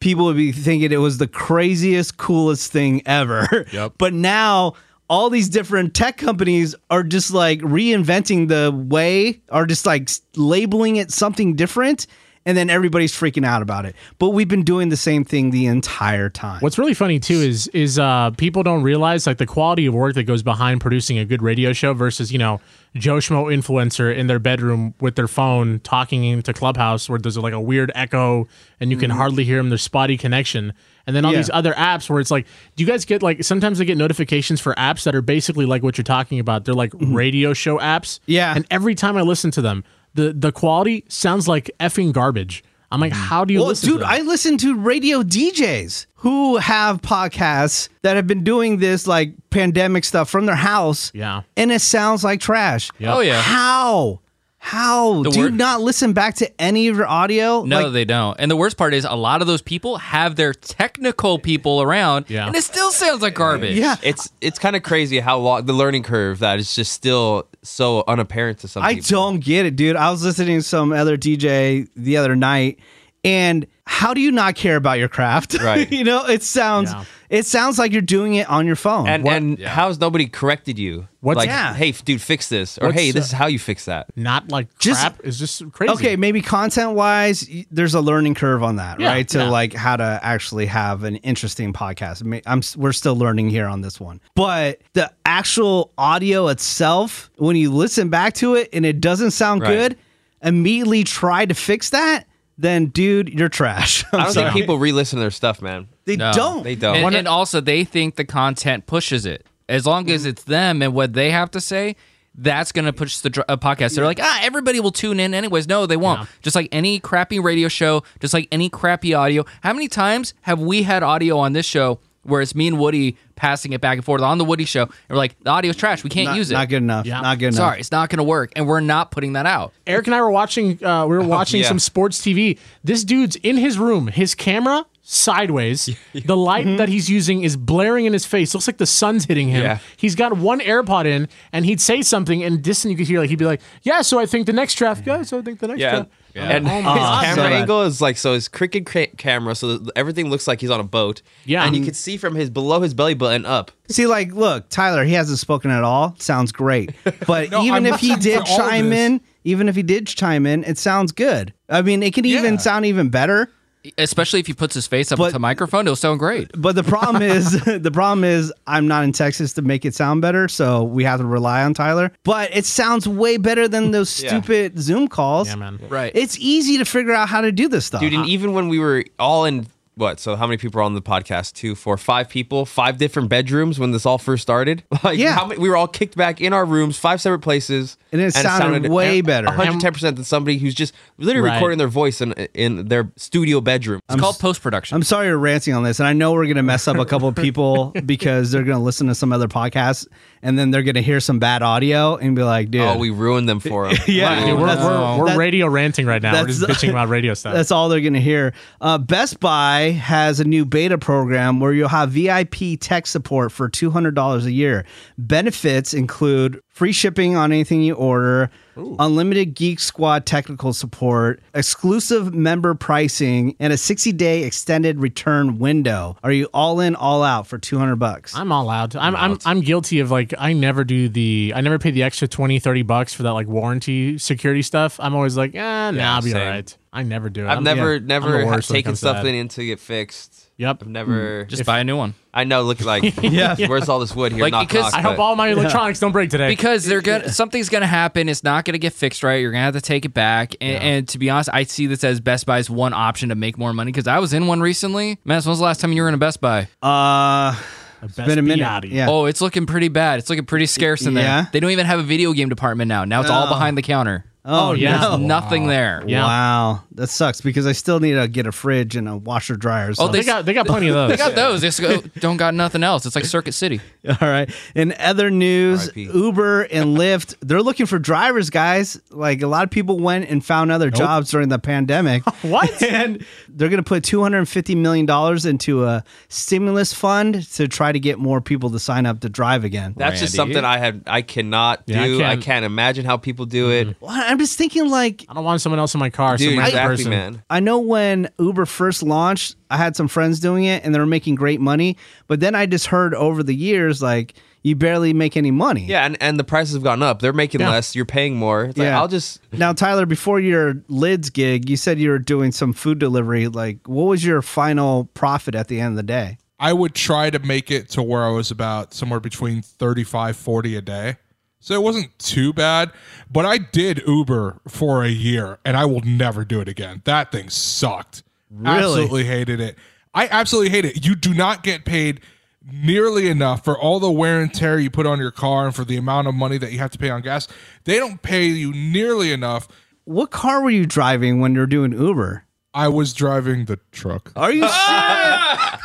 S2: People would be thinking it was the craziest, coolest thing ever.
S4: Yep.
S2: But now all these different tech companies are just like reinventing the way, are just like s- labeling it something different, and then everybody's freaking out about it. But we've been doing the same thing the entire time.
S4: What's really funny too is is uh, people don't realize like the quality of work that goes behind producing a good radio show versus you know Joe Schmo influencer in their bedroom with their phone talking into Clubhouse where there's like a weird echo and you can hardly hear them. There's spotty connection, and then all
S2: Mm-hmm. Yeah.
S4: these other apps where it's like, do you guys get like sometimes I get notifications for apps that are basically like what you're talking about. They're like radio show apps,
S2: Mm-hmm. Yeah.
S4: And every time I listen to them, the the quality sounds like effing garbage. I'm like, how do you
S2: Mm-hmm. Well,
S4: listen?
S2: dude,
S4: to
S2: I
S4: that?
S2: listen to radio DJs who have podcasts that have been doing this like pandemic stuff from their house.
S4: Yeah.
S2: And it sounds like trash.
S3: Oh yeah.
S2: How? How?
S3: The
S2: do you
S3: word-
S2: not listen back to any of your audio?
S3: No,
S2: Like,
S3: they don't. And the worst part is a lot of those people have their technical people around,
S4: Yeah.
S3: and it still sounds like garbage.
S2: yeah.
S6: It's it's kind of crazy how long the learning curve that is just still so unapparent to some
S2: I
S6: people.
S2: don't get it, dude. I was listening to some other DJ the other night, and how do you not care about your craft?
S6: Right.
S2: you know, it sounds
S4: Yeah.
S2: it sounds like you're doing it on your phone.
S6: And and how's nobody corrected you?
S4: What's-
S6: like,
S2: Yeah.
S6: hey, f- dude, fix this, or
S4: What's,
S6: hey, this is how you fix that.
S4: not like
S2: Just-
S4: crap is just crazy.
S2: Okay, maybe content wise, there's a learning curve on that,
S4: Yeah,
S2: right? To
S4: yeah.
S2: like how to actually have an interesting podcast. I mean, I'm s- we're still learning here on this one, but the actual audio itself, when you listen back to it and it doesn't sound
S6: Right.
S2: good, immediately try to fix that. Then, dude, you're trash. I'm
S6: I don't
S2: sorry.
S6: think people re-listen to their stuff, man.
S2: they don't.
S6: They don't.
S3: And, and also, they think the content pushes it. As long as it's them and what they have to say, that's going to push the dr- uh, podcast. They're like, ah, everybody will tune in anyways. No, they won't. Just like any crappy radio show, just like any crappy audio. How many times have we had audio on this show where it's me and Woody passing it back and forth on the Woody show? And we're like, the audio's trash. We can't
S2: Not,
S3: use it.
S2: not good enough.
S4: Yeah.
S2: Not good enough.
S3: Sorry, it's not going to work. And we're not putting that out.
S4: Eric and I were watching. Uh, we were watching
S6: yeah.
S4: some sports TV. This dude's in his room. His camera sideways. The light that he's using is blaring in his face. Looks like the sun's hitting him.
S6: Yeah.
S4: He's got one AirPod in, and he'd say something, and distant you could hear like he'd be like, "Yeah, so I think the next draft. Yeah, so I think the next
S6: Yeah.
S4: draft."
S6: And his camera
S2: Oh God.
S6: angle is like so his cricket ca- camera, so that everything looks like he's on a boat.
S4: Yeah.
S6: and you can see from his below his belly button up.
S2: See, like, look, Tyler, he hasn't spoken at all. Sounds great. But
S5: No,
S2: even
S5: I'm
S2: if
S5: not
S2: he
S5: saying
S2: did
S5: for all
S2: chime
S5: this.
S2: in, even if he did chime in, it sounds good. I mean, it can even
S5: Yeah.
S2: sound even better.
S3: Especially if he puts his face up
S2: But-
S3: to the microphone, it'll sound great.
S2: But the problem is, the problem is, I'm not in Texas to make it sound better, so we have to rely on Tyler. But it sounds way better than those
S6: Yeah.
S2: stupid Zoom calls.
S4: Yeah, man.
S3: Right.
S2: It's easy to figure out how to do this stuff.
S6: Dude, and even when we were all in what? So how many people are on the podcast? Two, four, five people, five different bedrooms when this all first started. Like
S2: Yeah.
S6: how many, we were all kicked back in our rooms, five separate places,
S2: And it sounded way better.
S6: 110 percent than somebody who's just literally
S4: Right.
S6: recording their voice in in their studio bedroom.
S3: It's called post production.
S2: I'm sorry you're ranting on this, and I know we're gonna mess up a couple of people because they're gonna listen to some other podcast and then they're gonna hear some bad audio and be like, dude,
S6: Oh, we ruined them for them.
S2: yeah,
S4: Dude, we're
S2: that's-
S4: we're, we're
S2: that-
S4: radio ranting right now. We're
S2: that's-
S4: just bitching about radio stuff.
S2: That's all they're going to hear. Uh, Best Buy has a new beta program where you'll have VIP tech support for $200 a year. Benefits include free shipping on anything you order, unlimited Geek Squad technical support, exclusive member pricing, and a 60-day extended return window. Are you all in, all out for 200 bucks?
S4: I'm all out. I'm, I'm I'm guilty of like I never do the I never pay the extra 20 30 bucks for that like warranty security stuff. I'm always like, eh, nah, I'll be
S6: same.
S4: all right. I never do it.
S6: I've
S4: I'm-
S6: never
S2: yeah,
S4: I'm
S6: never
S4: the
S6: ha-
S4: worst when it
S6: taken
S4: comes to that.
S6: something in to get fixed.
S4: Yep.
S6: I've never.
S3: Just buy a new one
S6: I know. Look like
S2: Yeah.
S6: Where's all this wood here?
S3: Like,
S6: knock,
S3: because-
S6: knock,
S4: I hope
S6: but-
S4: all my electronics don't break today.
S3: because they're gonna something's gonna happen. It's not gonna get fixed right. You're gonna have to take it back. And, and to be honest, I see this as Best Buy's one option to make more money because I was in one recently. Matt, when was the last time you were in a Best Buy?
S2: Uh,
S4: Best
S2: been a
S4: be
S2: minute.
S4: outta here.
S2: Yeah.
S3: Oh, it's looking pretty bad. It's looking pretty scarce in there.
S2: Yeah.
S3: They don't even have a video game department now. Now it's all behind the counter.
S2: Oh,
S4: yeah.
S3: There's nothing there.
S4: Yeah.
S2: Wow, that sucks because I still need to get a fridge and a washer dryer. So
S3: Oh,
S4: They got they got plenty of those.
S3: They got those. They just go, don't got nothing else. It's like Circuit City.
S2: All right. In other news,
S6: RIP.
S2: Uber and Lyft, they're looking for drivers, guys. Like a lot of people went and found other jobs during the pandemic.
S6: Oh,
S4: What?
S2: And they're going to put $250 million into a stimulus fund to try to get more people to sign up to drive again.
S6: That's just
S3: Randy.
S6: something I have. I cannot do.
S4: Yeah, I
S6: I,
S4: can't- Mm-hmm.
S6: can't. imagine how people do it.
S2: Well, I'm just thinking, like,
S4: I don't want someone else in my car. some
S6: Dude,
S4: random
S6: exactly,
S4: person.
S6: man.
S2: I know when Uber first launched, I had some friends doing it and they were making great money. But then I just heard over the years, like, you barely make any money.
S6: Yeah, and, and the prices have gone up. They're making
S4: Yeah.
S6: less. You're paying more. It's like,
S2: Yeah.
S6: I'll just.
S2: Now, Tyler, before your lids gig, you said you were doing some food delivery. Like, what was your final profit at the end of the day?
S5: I would try to make it to where I was about somewhere between 35, 40 a day. So it wasn't too bad, but I did Uber for a year and I will never do it again. That thing sucked. Absolutely hated it. I absolutely hate it. You do not get paid nearly enough for all the wear and tear you put on your car and for the amount of money that you have to pay on gas. They don't pay you nearly enough.
S2: What car were you driving when you were doing Uber?
S5: I was driving the truck.
S2: Are you serious?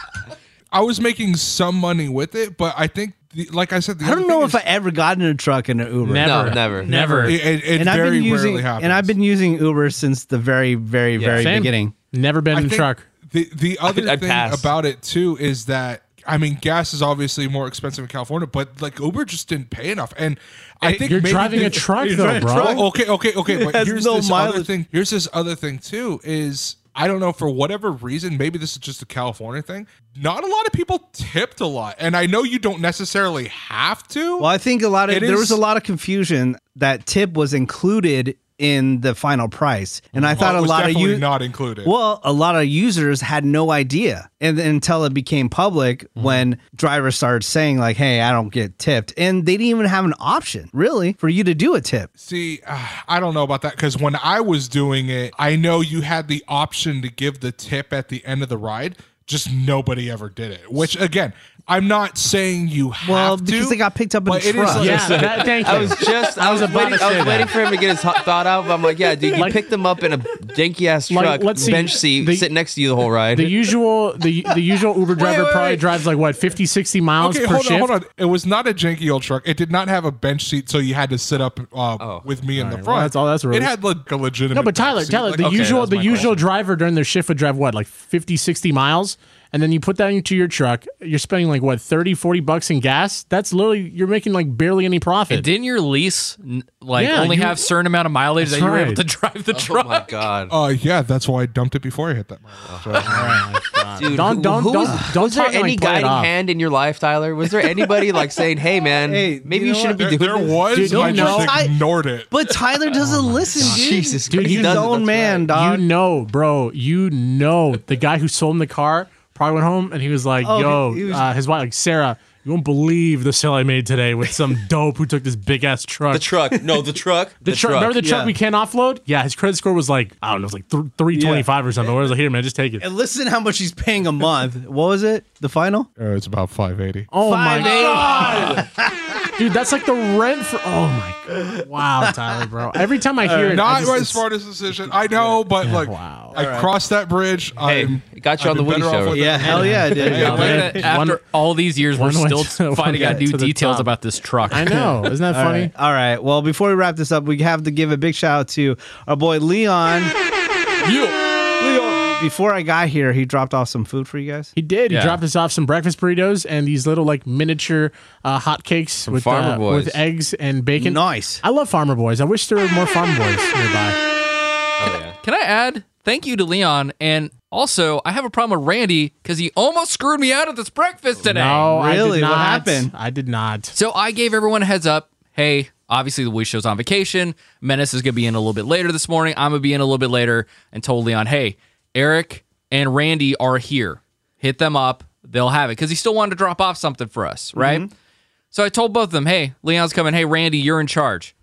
S5: I was making some money with it, but I think, the, like I said, the
S2: I don't
S5: other
S2: know if
S5: thing is-
S2: I ever got in a truck in an Uber.
S6: No,
S4: Never.
S6: never.
S4: Never.
S5: It, it, it
S2: And I've
S5: very
S2: been using
S5: rarely happens.
S2: and I've been using Uber since the very, very, very
S4: Same.
S2: beginning.
S4: Never been
S5: I
S4: in a
S5: think
S4: truck.
S5: The the other
S6: I'd
S5: thing
S6: pass.
S5: about it too is that I mean, gas is obviously more expensive in California, but like Uber just didn't pay enough. And I think
S4: You're
S5: maybe
S4: driving
S5: the-
S4: a truck
S5: You're
S4: though,
S5: driving a
S4: bro.
S5: truck? Okay, okay, okay. But
S2: has
S5: here's
S2: no
S5: this other
S2: mileage.
S5: thing. Here's this other thing too is. I don't know for whatever reason, maybe this is just a California thing. Not a lot of people tipped a lot, and I know you don't necessarily have to.
S2: Well, I think a lot of
S5: It
S2: there
S5: is-
S2: was a lot of confusion that tip was included in the final price, and I thought
S5: it
S2: a
S5: was
S2: lot of
S5: definitely
S2: you
S5: not included.
S2: Well, a lot of users had no idea, and then until it became public, when drivers started saying like, "Hey, I don't get tipped," and they didn't even have an option really for you to do a tip.
S5: See, uh, I don't know about that because when I was doing it, I know you had the option to give the tip at the end of the ride. Just nobody ever did it. Which again, I'm not saying you have
S2: Well,
S5: to.
S2: because they got picked up in
S5: but
S2: a
S5: it is
S2: truck.
S5: like-
S4: Yeah, that, thank you.
S6: I was just. I was,
S4: about
S6: waiting,
S4: to
S6: I
S4: say
S6: was
S4: that.
S6: waiting for him to get his hot thought out. But I'm like, yeah, dude, you
S4: Like-
S6: picked them up in a janky ass truck,
S4: Like, let's see,
S6: bench seat,
S4: the-
S6: sitting next to you the whole ride.
S4: the usual the the usual Uber driver
S6: wait,
S4: probably
S6: wait.
S4: drives like what 50 60 miles
S5: Okay,
S4: per
S5: hold
S4: shift.
S5: on, hold on. It was not a janky old truck. It did not have a bench seat, so you had to sit up uh, with me in the front.
S4: Oh, well, that's all- that's really-
S5: It had like a legitimate.
S4: No, but Tyler,
S5: back seat.
S4: Tyler,
S5: Like,
S4: the
S5: okay,
S4: usual
S5: that's
S4: the
S5: my
S4: usual
S5: question.
S4: driver during their shift would drive what like 50 60 miles and then you put that into your truck, you're spending like what 30 40 bucks in gas. That's literally you're making like barely any profit.
S3: And didn't your lease n- like
S4: Yeah,
S3: only
S4: you-
S3: have certain amount of mileage that you were
S4: right.
S3: able to drive the
S6: oh
S3: truck?
S6: my god,
S5: Uh, yeah, that's why I dumped it before I hit that. mile. So,
S6: dude!
S4: Don't-
S6: who-
S4: don't-
S6: who
S4: don't-
S6: was-
S4: don't
S6: Was there
S4: talk and,
S6: any
S4: like, play it
S6: guiding
S4: off.
S6: hand in your life, Tyler? Was there anybody like saying, "Hey, man,
S2: Hey,
S6: maybe
S2: you
S6: you,
S2: know
S6: shouldn't
S5: there,
S6: be
S5: there
S6: doing this"?
S5: was.
S4: Dude,
S5: I
S4: you
S5: just
S2: know- I-
S5: ignored it.
S2: But Tyler doesn't listen, dude.
S6: Jesus
S4: Dude, you
S6: Christ,
S2: He's
S6: he
S2: his
S6: doesn't,
S2: own
S6: that's
S2: man,
S6: right.
S2: dog.
S4: you know, bro, you know the guy who sold him the car probably went home and he was like,
S2: Oh,
S4: "Yo,
S2: he- he was-
S4: uh, his wife like Sarah, You won't believe the sale I made today with some dope who took this big ass truck.
S6: The truck. No, the truck.
S4: The, truck. Remember the truck
S2: yeah.
S4: we can't offload? Yeah, his credit score was like I don't know, it was like th- three twenty five or something. I was like, here, man, just take it.
S2: And listen how much he's paying a month. What was it? The final?
S5: Uh, it's about 580.
S4: Oh my
S2: Five eight.
S4: god, dude, that's like the rent for. Oh my god, wow, Tyler, bro. Every time I hear it, I
S5: Not
S4: just-
S5: my
S4: it's-
S5: smartest decision. I know, but like,
S4: wow.
S5: I crossed that bridge. I'm,
S6: it got you
S5: I've
S6: on the
S5: been
S6: Woody
S5: better off
S6: Show.
S5: with it.
S2: Yeah, hell yeah, dude.
S5: Hey,
S3: Look at that.
S4: One-
S3: After all these years, we're
S4: one went
S3: still
S4: to-
S3: finding
S4: one
S3: out new
S4: to the
S3: details
S4: top.
S3: about this truck.
S4: I know, isn't that
S2: All
S4: funny?
S2: right. All right. Well, before we wrap this up, we have to give a big shout out to our boy Leon. Leon. Before I got here, he dropped off some food for you guys.
S4: He did.
S3: Yeah.
S4: He dropped us off some breakfast burritos and these little like miniature uh, hotcakes with
S6: Farmer
S4: uh,
S6: Boys.
S4: with eggs and bacon.
S2: Nice.
S4: I love Farmer Boys. I wish there were more Farmer Boys nearby.
S3: Can I add? Thank you to Leon, and also I have a problem with Randy because he almost screwed me out at this breakfast today.
S4: No, I
S2: Really?
S4: did
S2: What
S4: not.
S2: happened?
S4: I did not.
S3: So I gave everyone a heads up. Hey, obviously the Wii show's on vacation. Menace is gonna be in a little bit later this morning. I'm gonna be in a little bit later, and told Leon, hey, Eric and Randy are here. Hit them up. They'll have it because he still wanted to drop off something for us, right? So I told both of them, hey, Leon's coming. Hey, Randy, you're in charge.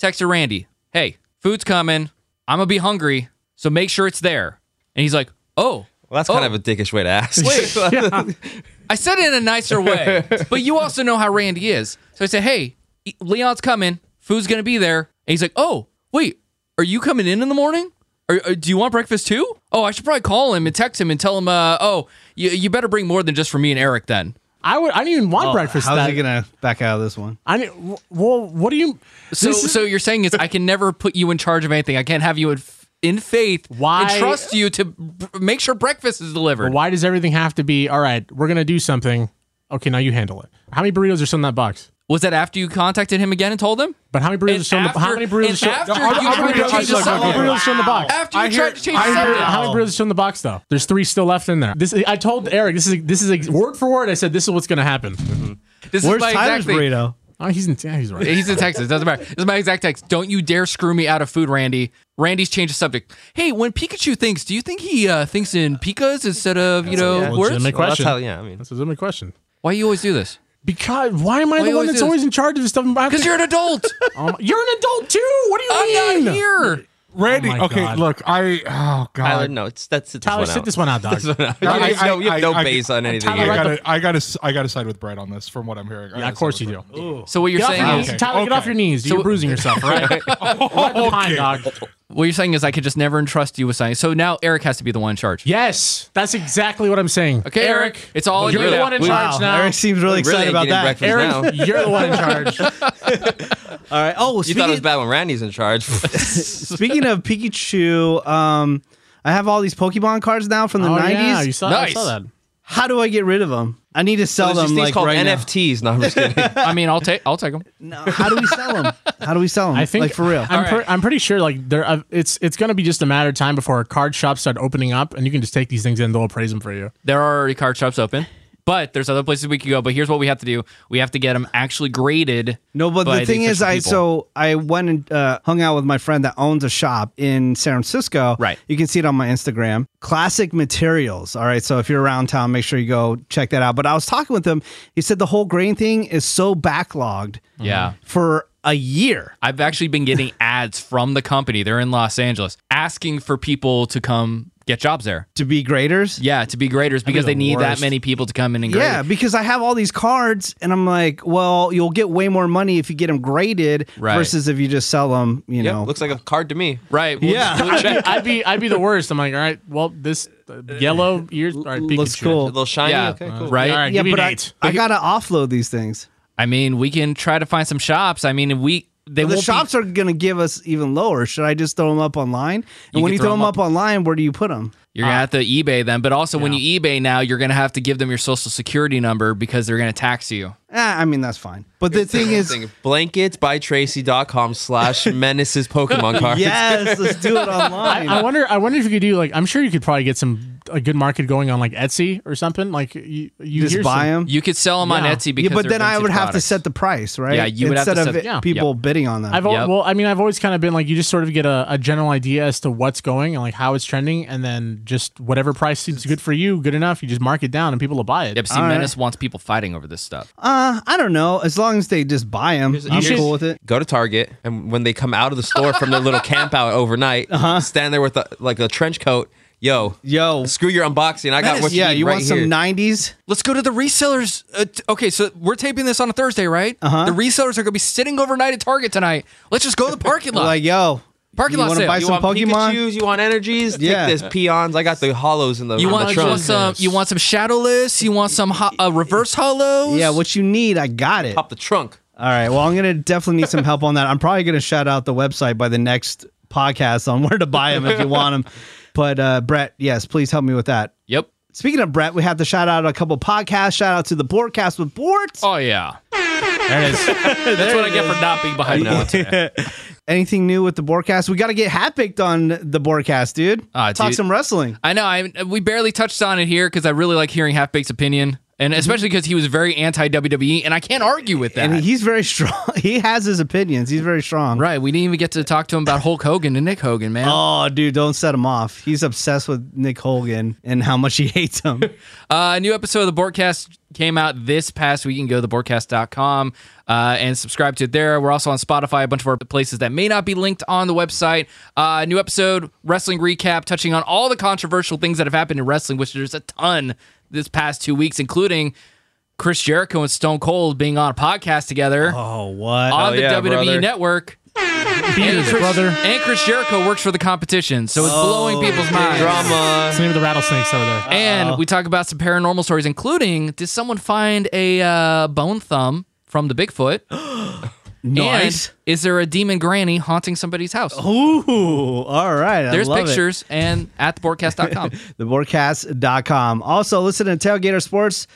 S3: Texted Randy, hey, food's coming. I'm gonna be hungry, so make sure it's there. And he's like, oh,
S6: Well, that's kind of a dickish way to ask.
S3: Wait. I said it in a nicer way, but you also know how Randy is. So I said, "Hey, E- Leon's coming. Food's gonna be there." And he's like, "Oh, wait, are you coming in in the morning? Or, or do you want breakfast too? Oh, I should probably call him and text him and tell him. Uh, oh, you, you better bring more than just for me and Eric then."
S4: I would. I didn't even want breakfast.
S2: How's
S4: that,
S2: he gonna back out of this one?
S4: I didn't, well, what do you?
S3: So,
S4: this is-
S3: so you're saying is I can never put you in charge of anything. I can't have you in, f- in faith
S4: Why-
S3: and trust you to b- make sure breakfast is delivered.
S4: why does everything have to be? All right, we're gonna do something. Okay, now you handle it. How many burritos are still in that box?
S3: Was that after you contacted him again and told him?
S4: But how many burritos are
S3: And
S4: still? in the, how
S3: after-
S4: many burritos are
S3: and
S4: still?
S3: after
S4: how,
S3: you
S4: how many
S3: tried to
S4: burritos
S3: change
S4: are
S3: the
S4: still- how many
S3: subject.
S4: burritos are still in the box?
S3: After you
S5: I
S3: tried
S5: hear-
S3: to change
S5: I
S3: the
S5: hear-
S3: subject.
S4: How many burritos are in the box though? There's three still left in there. This I told Eric. This is this is word for word. I said this is what's gonna happen.
S3: Mm-hmm. This
S2: Where's
S3: is my
S2: Tyler's
S3: exact thing.
S2: burrito?
S4: Oh, he's in. Yeah, he's right.
S3: He's in Texas. Doesn't matter. This is my exact text. Don't you dare screw me out of food, Randy. Randy's changed the subject. Hey, when Pikachu thinks, do you think he uh, thinks in pikas instead of you know words?
S4: Legitimate
S6: Well, that's
S4: question.
S6: how- yeah, I mean.
S4: that's a legitimate question.
S3: Why you always do this?
S4: Because why am I
S3: you
S4: the one
S3: always
S4: that's
S3: do this?
S4: always in charge of this stuff?
S3: Because you're an adult.
S4: um, you're an adult too. What do you
S3: I'm
S4: mean?
S3: not here.
S5: Randy,
S4: Oh my
S5: okay,
S4: God.
S5: look, I, oh God.
S6: Tyler, no, it's that's it.
S4: Tyler, sit this one out, dog.
S6: You
S5: I-
S6: have no, you
S5: I-
S6: have no
S5: I-
S6: base on anything.
S5: I
S4: Tyler,
S6: here.
S4: right
S5: gotta, I gotta, I gotta side with Brett on this, from what I'm hearing. I
S4: yeah,
S5: gotta
S4: of course
S5: side
S4: you do.
S5: with
S3: So what you're
S4: Get off
S3: saying
S4: your
S3: is
S4: knees, Tyler. Get
S5: okay.
S4: off your knees. You're bruising yourself, right? Right the pine, dog.
S3: what you're saying is I could just never entrust you with something. So now Eric has to be the one in charge.
S4: Yes, that's exactly what I'm saying.
S3: Okay, Eric. It's all in
S4: You're
S3: you
S4: the
S3: now.
S4: one in
S3: We-
S4: charge now.
S2: Eric seems really excited
S6: Really ain't
S2: about
S6: getting
S2: that.
S6: breakfast
S4: Eric,
S6: now.
S4: you're the one in charge.
S2: All right. Oh,
S6: You thought it was
S2: speaking-
S6: bad when Randy's in charge.
S2: Speaking of Pikachu, um, I have all these Pokemon cards now from the
S4: Oh,
S2: '90s.
S4: yeah, you saw, I
S3: Nice.
S4: saw that.
S2: How do I get rid of them? I need to sell
S6: There's these
S2: them
S6: things
S2: like
S6: called
S2: right
S6: NFTs. No, I'm just kidding.
S3: I mean, I'll take I'll take him.
S2: now. No, How do we sell them? How do we sell them?
S4: I think
S2: like for real.
S4: I'm,
S3: All
S4: pre-
S3: right.
S4: I'm pretty sure like there uh, it's it's gonna be just a matter of time before our card shops start opening up, and you can just take these things in, they'll appraise them for you.
S3: There are already card shops open, but there's other places we could go. But here's what we have to do: we have to get them actually graded.
S2: No, but
S3: by
S2: the thing is,
S3: official
S2: I
S3: people.
S2: so I went and uh, hung out with my friend that owns a shop in San Francisco.
S3: Right.
S2: you can see it on my Instagram. Classic Materials. All right, so if you're around town, make sure you go check that out. But I was talking with him. He said the whole grain thing is so backlogged
S3: yeah.
S2: for a year.
S3: I've actually been getting ads from the company. They're in Los Angeles asking for people to come get jobs there.
S2: To be graders,
S3: Yeah, to be graders because
S4: the
S3: they need that
S4: worst.
S3: many people to come in and grade.
S2: Yeah, because I have all these cards, and I'm like, well, you'll get way more money if you get them graded
S3: Right.
S2: versus if you just sell them. You
S6: Yeah,
S2: know,
S6: looks like a card to me.
S3: Right. We'll
S2: Yeah.
S3: just- we'll
S4: I'd be,
S3: check.
S4: I'd be I'd be the worst. I'm like, all right, well, this uh, yellow ears all right, Pikachu.
S2: looks
S6: A
S2: cool.
S6: little shiny.
S3: Yeah.
S6: Okay, cool.
S4: All
S3: Right.
S4: right,
S2: Yeah,
S4: give me
S2: but
S4: an
S2: I,
S4: eight.
S2: I gotta offload these things.
S3: I mean, we can try to find some shops. I mean, we they
S2: The
S3: won't
S2: shops
S3: be,
S2: are gonna give us even lower. Should I just throw them up online? And
S3: You
S2: when
S3: can
S2: you throw
S3: throw 'em
S2: them up online, where do you put them?
S3: you're gonna have to eBay them, but also when
S4: Yeah.
S3: you eBay now, you're gonna have to give them your social security number because they're gonna tax you.
S2: Eh, I mean that's fine. But the thing is,
S6: Blankets by Tracy.com slash menaces Pokemon cards.
S2: yes, let's do it online.
S4: I wonder I wonder if you could do like I'm sure you could probably get some a good market going on like Etsy or something. Like you, you
S2: Just
S4: hear
S2: buy
S4: some-
S2: them.
S3: You could sell them on
S4: Yeah.
S3: Etsy because
S2: Yeah, but
S3: they're
S2: then I
S3: vintage
S2: would have to
S3: products.
S2: set the price, right?
S3: Yeah, you would have to
S2: Instead of
S3: set-
S2: it-
S4: Yeah.
S2: people bidding on them.
S4: I've al-
S3: Yep.
S4: well, I mean, I've always kind of been like you just sort of get a, a general idea as to what's going and like how it's trending, and then just whatever price seems good for you, good enough, you just mark it down and people will buy it.
S3: Yep, see,
S2: All right.
S3: Menace wants people fighting over this stuff.
S2: uh, I don't know. As long as they just buy them, I'm
S4: should-
S2: cool with it.
S6: Go to Target, and when they come out of the store from their little camp out overnight, stand there with a, like a trench coat. Yo,
S2: Yo,
S6: screw your unboxing. I got
S2: That
S6: what
S2: is-
S6: you
S2: yeah,
S6: need
S2: you
S6: right
S2: want
S6: here.
S2: some '90s?
S3: Let's go to the resellers. Uh, t- okay, so we're taping this on a Thursday, right? Uh-huh. The resellers are going to be sitting overnight at Target tonight. Let's just go to the parking lot.
S2: Like, yo, you
S3: Parking lot
S2: wanna
S3: sale.
S2: buy
S3: You
S2: some
S6: want
S2: Pokemon?
S6: Pikachu's, you want energies?
S2: Yeah.
S6: Take this peons. I got the hollows in the,
S3: you
S6: on
S3: want, uh,
S6: the
S3: you want some?
S6: trunk.
S3: You want some shadowless? You want some ho- uh, reverse hollows?
S2: Yeah, what you need, I got it.
S6: Pop the trunk.
S2: All right. Well, I'm gonna definitely need some help on that. I'm probably gonna shout out the website by the next podcast on where to buy them if you want them. But uh, Brett, yes, please help me with that.
S3: Yep.
S2: Speaking of Brett, we have to shout out a couple podcasts. Shout out to the Boardcast with Boards.
S3: Oh yeah. There it is. That's what I get for not being behind the wheel today.
S2: Anything new with the Boardcast? We got to get hat picked on the Boardcast, dude.
S3: Ah,
S2: Talk
S3: dude.
S2: some wrestling.
S3: I know. I we barely touched on it here because I really like hearing Half Baked's opinion, and especially because he was very anti WWE, and I can't argue with that.
S2: Mm-hmm. And he's very strong. He has his opinions. He's very strong.
S3: right. We didn't even get to talk to him about Hulk Hogan and Nick Hogan, man.
S2: Oh, dude, don't set him off. He's obsessed with Nick Hogan and how much he hates him.
S3: Uh, a new episode of the Bortcast came out this past week. You can go to thebortcast.com uh, and subscribe to it there. We're also on Spotify, a bunch of our places that may not be linked on the website. Uh, new episode, wrestling recap, touching on all the controversial things that have happened in wrestling, which there's a ton this past two weeks, including Chris Jericho and Stone Cold being on a podcast together
S2: oh, what?
S3: on the
S6: yeah,
S3: WWE
S6: brother.
S3: Network. And Chris, and Chris Jericho works for the competition, so it's
S2: Oh,
S3: blowing people's minds.
S6: Drama.
S4: It's the name of the rattlesnakes over there.
S3: And we talk about some paranormal stories, including did someone find a uh, bone thumb from the Bigfoot?
S2: nice.
S3: And is there a demon granny haunting somebody's house?
S2: Ooh, all right. I
S3: There's
S2: love it.
S3: pictures and at theboardcast.com.
S2: TheBoardcast.com. Also, listen to Tailgater Sports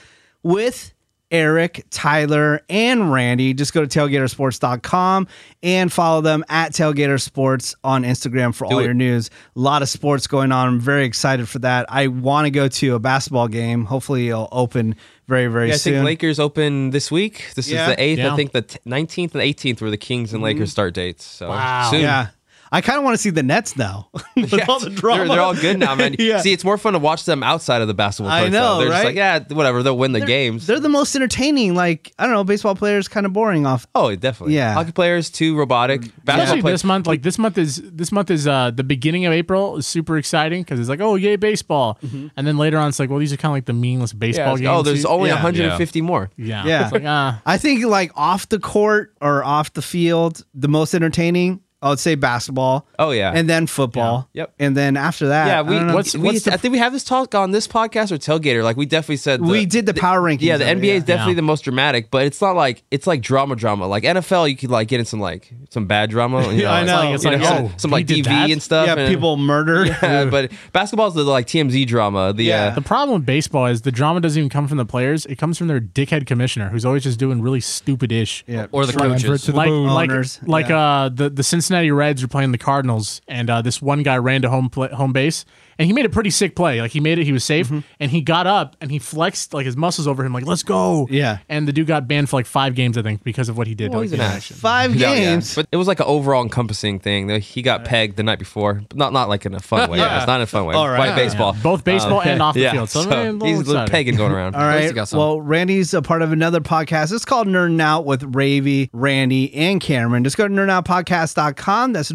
S2: with Eric, Tyler, and Randy. Just go to tailgatersports.com and follow them at Tailgater Sports on Instagram for all
S6: it.
S2: your news. A lot of sports going on. I'm very excited for that. I want to go to a basketball game. Hopefully, it'll open very, very
S6: Yeah, I
S2: soon.
S6: think Lakers open this week. This
S2: Yeah. Mm-hmm.
S6: is the eighth.
S4: Yeah.
S6: I think the t- 19th and 18th were the Kings and Lakers start dates. So
S4: Wow.
S6: soon.
S2: yeah. I kind of want to see the Nets now. With
S6: Yeah.
S2: all the
S6: They're-
S2: drama.
S6: They're, all good now, man.
S2: Yeah.
S6: See, it's more fun to watch them outside of the basketball
S2: I
S6: court. though.
S2: know,
S6: They're just
S2: right?
S6: like, yeah, whatever. They'll win the games.
S2: They're the most entertaining. Like, I don't know, baseball players kind of boring off
S6: Oh, definitely.
S2: Yeah. Mm-hmm.
S6: Hockey players too robotic. Basketball
S4: Especially
S6: players.
S4: this month, like this month is this month is uh the beginning of April is super exciting because it's like oh yay baseball, and then later on it's like well these are kind of like the meaningless
S6: Yeah,
S4: baseball
S6: it's-
S4: games.
S6: oh, there's
S4: too.
S6: only
S2: Yeah.
S6: 150 more.
S4: yeah
S2: Yeah.
S4: It's like, ah.
S2: I think like off the court or off the field, the most entertaining, I would say basketball.
S6: Oh, yeah.
S2: And then football.
S6: Yeah. Yep.
S2: And then after that,
S6: Yeah,
S2: I
S6: we,
S2: don't know.
S6: what's, we
S4: what's the-
S6: I think we have this talk on this podcast or tailgater. Like we definitely said the-
S2: we did the power rankings.
S6: Yeah,
S2: of
S6: the
S2: it,
S6: NBA is definitely the most dramatic, but it's not like it's like drama drama. Like NFL, you could like get in some like some bad drama. You know,
S2: I
S6: it's
S2: know.
S6: like-
S2: It's
S6: you
S4: like,
S6: some-
S4: oh,
S6: some,
S4: he
S6: like
S4: did
S6: DV
S4: that?
S6: and stuff.
S2: Yeah,
S6: and-
S2: people murder.
S6: Yeah, but basketball's the like TMZ drama. The uh,
S2: Yeah.
S6: yeah.
S4: The problem with baseball is the drama doesn't even come from the players; it comes from their dickhead commissioner, who's always just doing really stupid ish.
S2: Yeah.
S3: or the
S5: Transfer
S3: coaches.
S5: to the
S4: like
S5: bone.
S4: like,
S2: Owners,
S4: like
S2: yeah.
S4: uh the, the Cincinnati Reds were playing the Cardinals and uh, this one guy ran to home pla home base and he made a pretty sick play like he made it he was safe
S2: Mm-hmm.
S4: and he got up and he flexed like his muscles over him like let's go
S2: Yeah.
S4: and the dude got banned for like five games I think because of what he did
S6: Well,
S4: like,
S6: he's an
S4: in
S6: ass.
S4: action.
S2: Five
S6: Yeah, yeah.
S2: games.
S6: But it was like an overall encompassing thing. Like, He got pegged the night before, but not not like in a fun way. It's not in a fun way.
S2: All right.
S6: By
S2: Yeah.
S6: baseball, Um,
S4: both baseball and off the
S6: yeah.
S4: field so,
S6: so
S4: man, a little
S6: he's a little
S4: exciting.
S6: pegging going around.
S2: All
S3: least you
S2: right.
S3: got some.
S2: Well, Randy's a part of another podcast. It's called Nerding Out with Ravy, Randy, and Cameron. Just go to nerdnoutpodcast.com. That's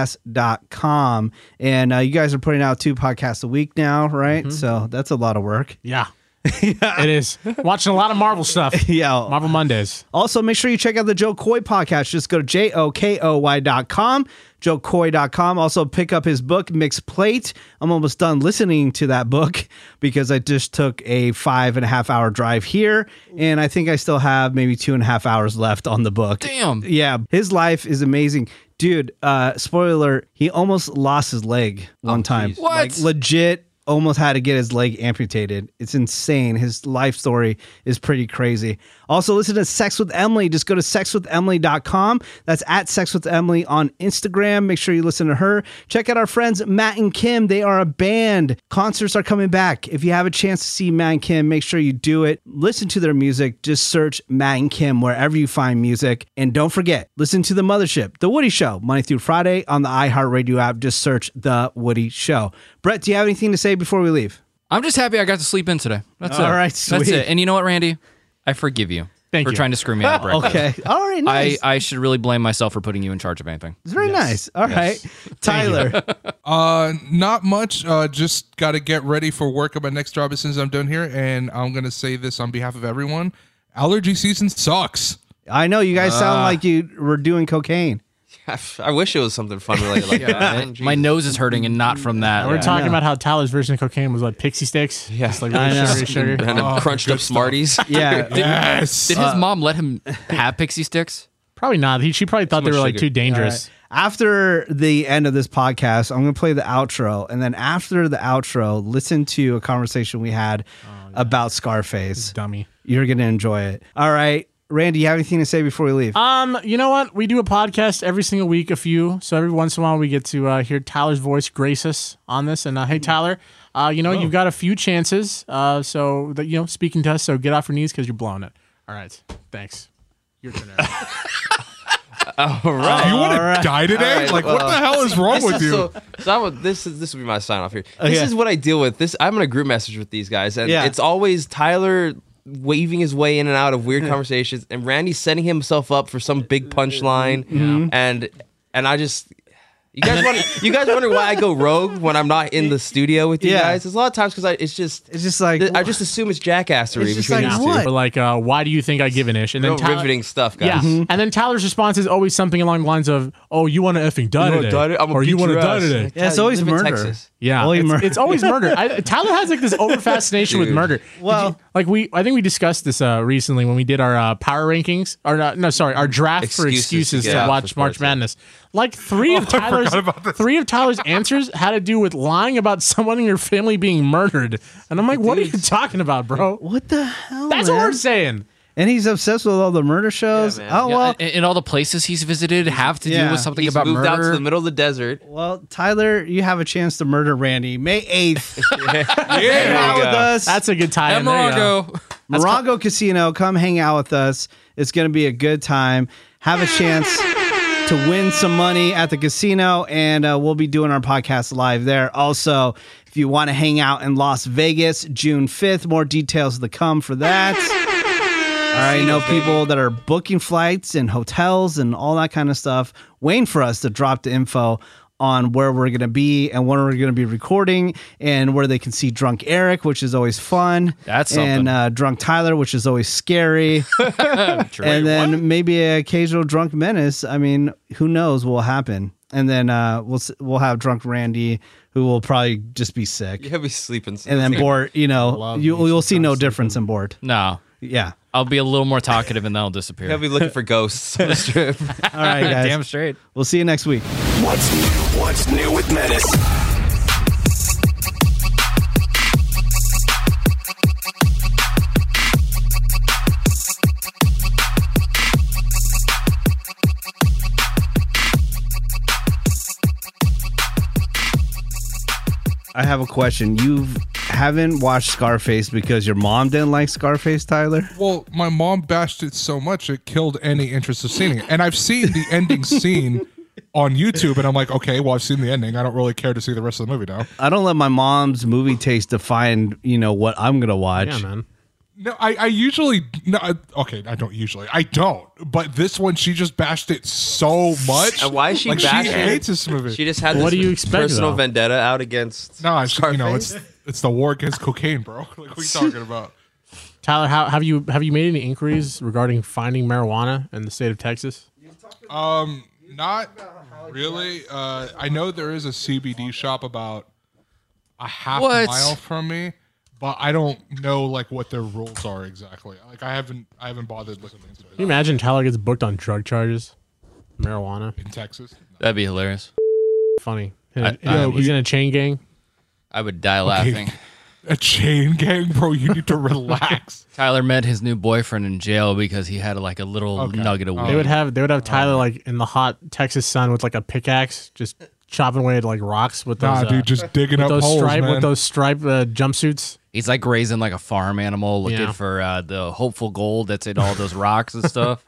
S2: nerdnoutpodcast.com. And uh, you guys are putting out two podcasts a week now, right?
S3: Mm-hmm.
S2: So that's a lot of work.
S4: yeah. it is watching a lot of Marvel stuff
S2: Yeah.
S4: Marvel Mondays
S2: Also, make sure you check out the Joe Coy podcast. Just go to jokoy.com, joecoy.com. Also, pick up his book, Mixed Plate. I'm almost done listening to that book because I just took a five and a half hour drive here, and I think I still have maybe two and a half hours left on the book.
S3: Damn.
S2: Yeah, his life is amazing. Dude, uh, spoiler, he almost lost his leg one time.
S3: What?
S2: Like, legit almost had to get his leg amputated. It's insane. His life story is pretty crazy. Also, listen to Sex with Emily. Just go to sexwithemily.com. That's at Sex with Emily on Instagram. Make sure you listen to her. Check out our friends Matt and Kim. They are a band. Concerts are coming back. If you have a chance to see Matt and Kim, make sure you do it. Listen to their music. Just search Matt and Kim wherever you find music. And don't forget, listen to The Mothership, The Woody Show, Monday through Friday on the iHeartRadio app. Just search The Woody Show. Brett, do you have anything to say before we leave?
S3: I'm just happy I got to sleep in today. That's
S2: All
S3: it.
S2: right,
S3: That's
S2: sweet.
S3: it. And you know what, Randy? I forgive you
S4: Thank
S3: for
S4: you.
S3: trying to screw me out of breakfast.
S2: Okay. All right.
S3: I,
S2: Nice.
S3: I should really blame myself for putting you in charge of anything.
S2: it's very nice. All right. Tyler.
S5: Uh, not much. Uh, just got to get ready for work at my next job as soon as I'm done here, and I'm gonna say this on behalf of everyone: allergy season sucks.
S2: I know you guys
S3: Uh,
S2: sound like you were doing cocaine.
S6: I, I wish it was something fun related like that. Man.
S3: My
S6: Jesus.
S3: nose is hurting and not from that.
S4: We're talking about how Tyler's version of cocaine was like pixie sticks. Yeah. Just like really sugary, sugary.
S6: and I'm crunched up Smarties.
S2: Oh, Yeah.
S5: Yes.
S3: Did his
S2: uh,
S3: mom let him have pixie sticks?
S4: Probably not. He, she probably thought they
S6: much
S4: were like
S6: sugar.
S4: too dangerous.
S2: After the end of this podcast, I'm going to play the outro. And then after the outro, listen to a conversation we had about Scarface.
S4: Dummy.
S2: You're going to enjoy it. All right. Randy, you have anything to say before we leave?
S4: Um, you know what? We do a podcast every single week, a few. So every once in a while, we get to uh, hear Tyler's voice grace us on this. And uh,
S5: Hmm.
S4: hey, Tyler, uh,
S6: Oh.
S4: you know you've got a few chances. Uh, so that you know, speaking to us. So get off your knees because you're blowing it. All right, thanks. Your turn. Eric. Uh,
S5: you want to die today?
S6: All right,
S5: like, what
S6: well,
S5: the hell is wrong with you?
S6: So, so I'm, a- this is this will be my sign off here. This is what I deal with. This I'm in a group message with these guys, and
S2: Oh, Yeah.
S6: it's always Tyler waving his way in and out of weird conversations, and Randy setting himself up for some big punchline, and and I just. You guys, wonder, you guys wonder why I go rogue when I'm not in the studio with you
S2: Yeah.
S6: guys? It's a lot of times because I it's just
S2: It's just like-
S6: I just assume it's jackassery
S2: It's just
S6: between
S2: like,
S6: these
S2: what?
S6: two.
S4: Or like, uh, why do you think I give an ish? And then
S6: Real
S4: Tyler,
S6: riveting stuff,
S4: Yeah,
S2: Mm-hmm.
S6: guys.
S4: and then Tyler's response is always something along the lines of, "Oh, you want to effing die
S6: You wanna
S4: today,
S6: die today? I'ma
S4: or you
S6: beat
S4: want to
S6: your
S4: die
S6: ass."
S4: today."
S2: yeah, it's
S6: Tyler, you
S2: always
S6: live in
S2: murder.
S6: Texas.
S4: Yeah,
S2: Only
S4: it's,
S2: murder.
S4: it's always murder. I, Tyler has like this over fascination with
S6: Dude.
S4: murder. Did
S2: Well-
S4: you- like we, I think we discussed this uh, recently when we did our uh, power rankings, or not, no, sorry, our draft for
S6: Excuses to
S4: excuses to,
S6: get out
S4: watch
S6: for
S4: March
S6: sports, yeah.
S4: Madness. Like three of Tyler's, three of Tyler's answers had to do with lying about someone in your family being murdered, and I'm like, what are you talking about, bro?
S2: what the hell?
S4: That's
S2: man?
S4: what we're saying.
S2: And he's obsessed with all the murder shows.
S6: man.
S2: oh,
S3: Yeah,
S2: well.
S3: and, and all the places he's visited have to
S2: Yeah.
S3: do with something
S6: He's
S3: about
S6: moved out to
S3: murder.
S6: the middle of the desert.
S2: Well, Tyler, you have a chance to murder Randy May 8th. Hang
S6: There
S2: out
S6: you
S2: with
S6: go.
S2: us.
S4: That's a good tie.
S3: And
S4: in. There you go.
S3: Morongo.
S2: Morongo Casino, come hang out with us. It's going to be a good time. Have a chance to win some money at the casino, and uh, we'll be doing our podcast live there. Also, if you want to hang out in Las Vegas June 5th, more details to come for that. All right, I know people that are booking flights and hotels and all that kind of stuff, waiting for us to drop the info on where we're going to be and when we're going to be recording and where they can see Drunk Eric, which is always fun.
S3: That's
S2: And
S3: something.
S2: uh, Drunk Tyler, which is always scary. and then maybe an occasional Drunk Menace. I mean, who knows what will happen. And then uh, we'll s- we'll have Drunk Randy, who will probably just be sick.
S6: He'll be sleeping.
S2: And then Bort, you know, you, you'll see no difference in Bort.
S3: No,
S2: Yeah.
S3: I'll be a little more talkative and that'll
S6: He'll
S3: disappear.
S6: be looking for ghosts on the strip.
S2: All right, guys.
S3: Damn straight.
S2: We'll see you next week.
S1: What's new? What's new with Menace?
S2: I have a question. You haven't watched Scarface because your mom didn't like Scarface, Tyler?
S5: Well, my mom bashed it so much it killed any interest of seeing it. And I've seen the ending scene on YouTube, and I'm like, okay, well, I've seen the ending. I don't really care to see the rest of the movie now.
S2: I don't let my mom's movie taste define, you know, what I'm going to watch.
S4: Yeah, man.
S5: No, I, I usually no. I, okay, I don't usually. I don't. But this one, she just bashed it so much.
S6: And why is she
S5: like,
S6: bashing
S5: She
S6: it?
S5: hates this movie.
S6: She just had
S4: What
S6: this
S4: do you expect,
S6: personal
S4: though?
S6: vendetta out against.
S5: no, she, you know, it's it's the war against cocaine, bro. Like, what are you talking about?
S4: Tyler, how, have you have you made any inquiries regarding finding marijuana in the state of Texas?
S5: Not really. Uh, I know there is a CBD shop about a half
S3: What?
S5: mile from me, but I don't know like what their rules are exactly. Like I haven't I haven't bothered looking into
S4: Can you
S5: it
S4: imagine Tyler gets booked on drug charges, marijuana?
S5: in Texas.
S3: That'd be hilarious.
S4: Funny. He's in a- he's in a chain gang.
S3: I would die laughing.
S5: A chain gang, bro. You need to relax.
S3: Tyler met his new boyfriend in jail because he had like a little nugget of
S4: They
S3: weed.
S4: would have they would have Tyler like in the hot Texas sun with like a pickaxe, just chopping away at like rocks with those
S5: nah,
S4: uh,
S5: dude, just digging up
S4: with those
S5: holes,
S4: stripe
S5: man.
S4: with those stripe uh, jumpsuits.
S3: He's like raising like a farm animal, looking
S4: Yeah.
S3: for uh, the hopeful gold that's in all those rocks and stuff.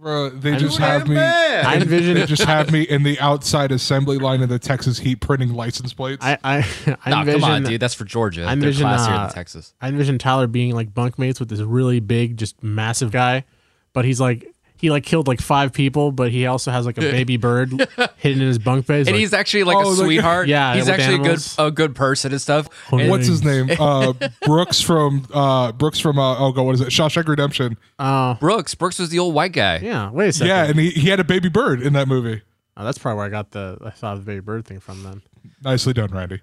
S5: bro, they just have me.
S4: I
S5: They
S4: envision
S5: just have me in the outside assembly line of the Texas Heat printing license plates.
S4: I I, I
S3: Nah,
S4: envision
S3: come on, dude. That's for Georgia.
S4: I
S3: They're
S4: envision,
S3: classier
S4: uh,
S3: than Texas.
S4: I envision Tyler being like bunkmates with this really big, just massive guy, but he's like he like killed like five people, but he also has like a baby bird hidden in his bunk bed.
S3: And
S4: like,
S3: he's actually like a
S5: Oh, like-
S3: sweetheart.
S4: Yeah,
S3: he's
S4: with
S3: actually
S4: animals.
S3: a good a good person and stuff.
S4: Oh,
S3: And-
S4: yeah.
S5: What's his name? Uh, Brooks from uh, Brooks from uh, oh god, what is it? Shawshank Redemption.
S4: oh
S3: Brooks. Brooks was the old white guy.
S4: yeah, wait a second.
S5: Yeah, and he, he had a baby bird in that movie.
S4: Oh, that's probably where I got the I saw the baby bird thing from. Then
S5: Nicely done, Randy.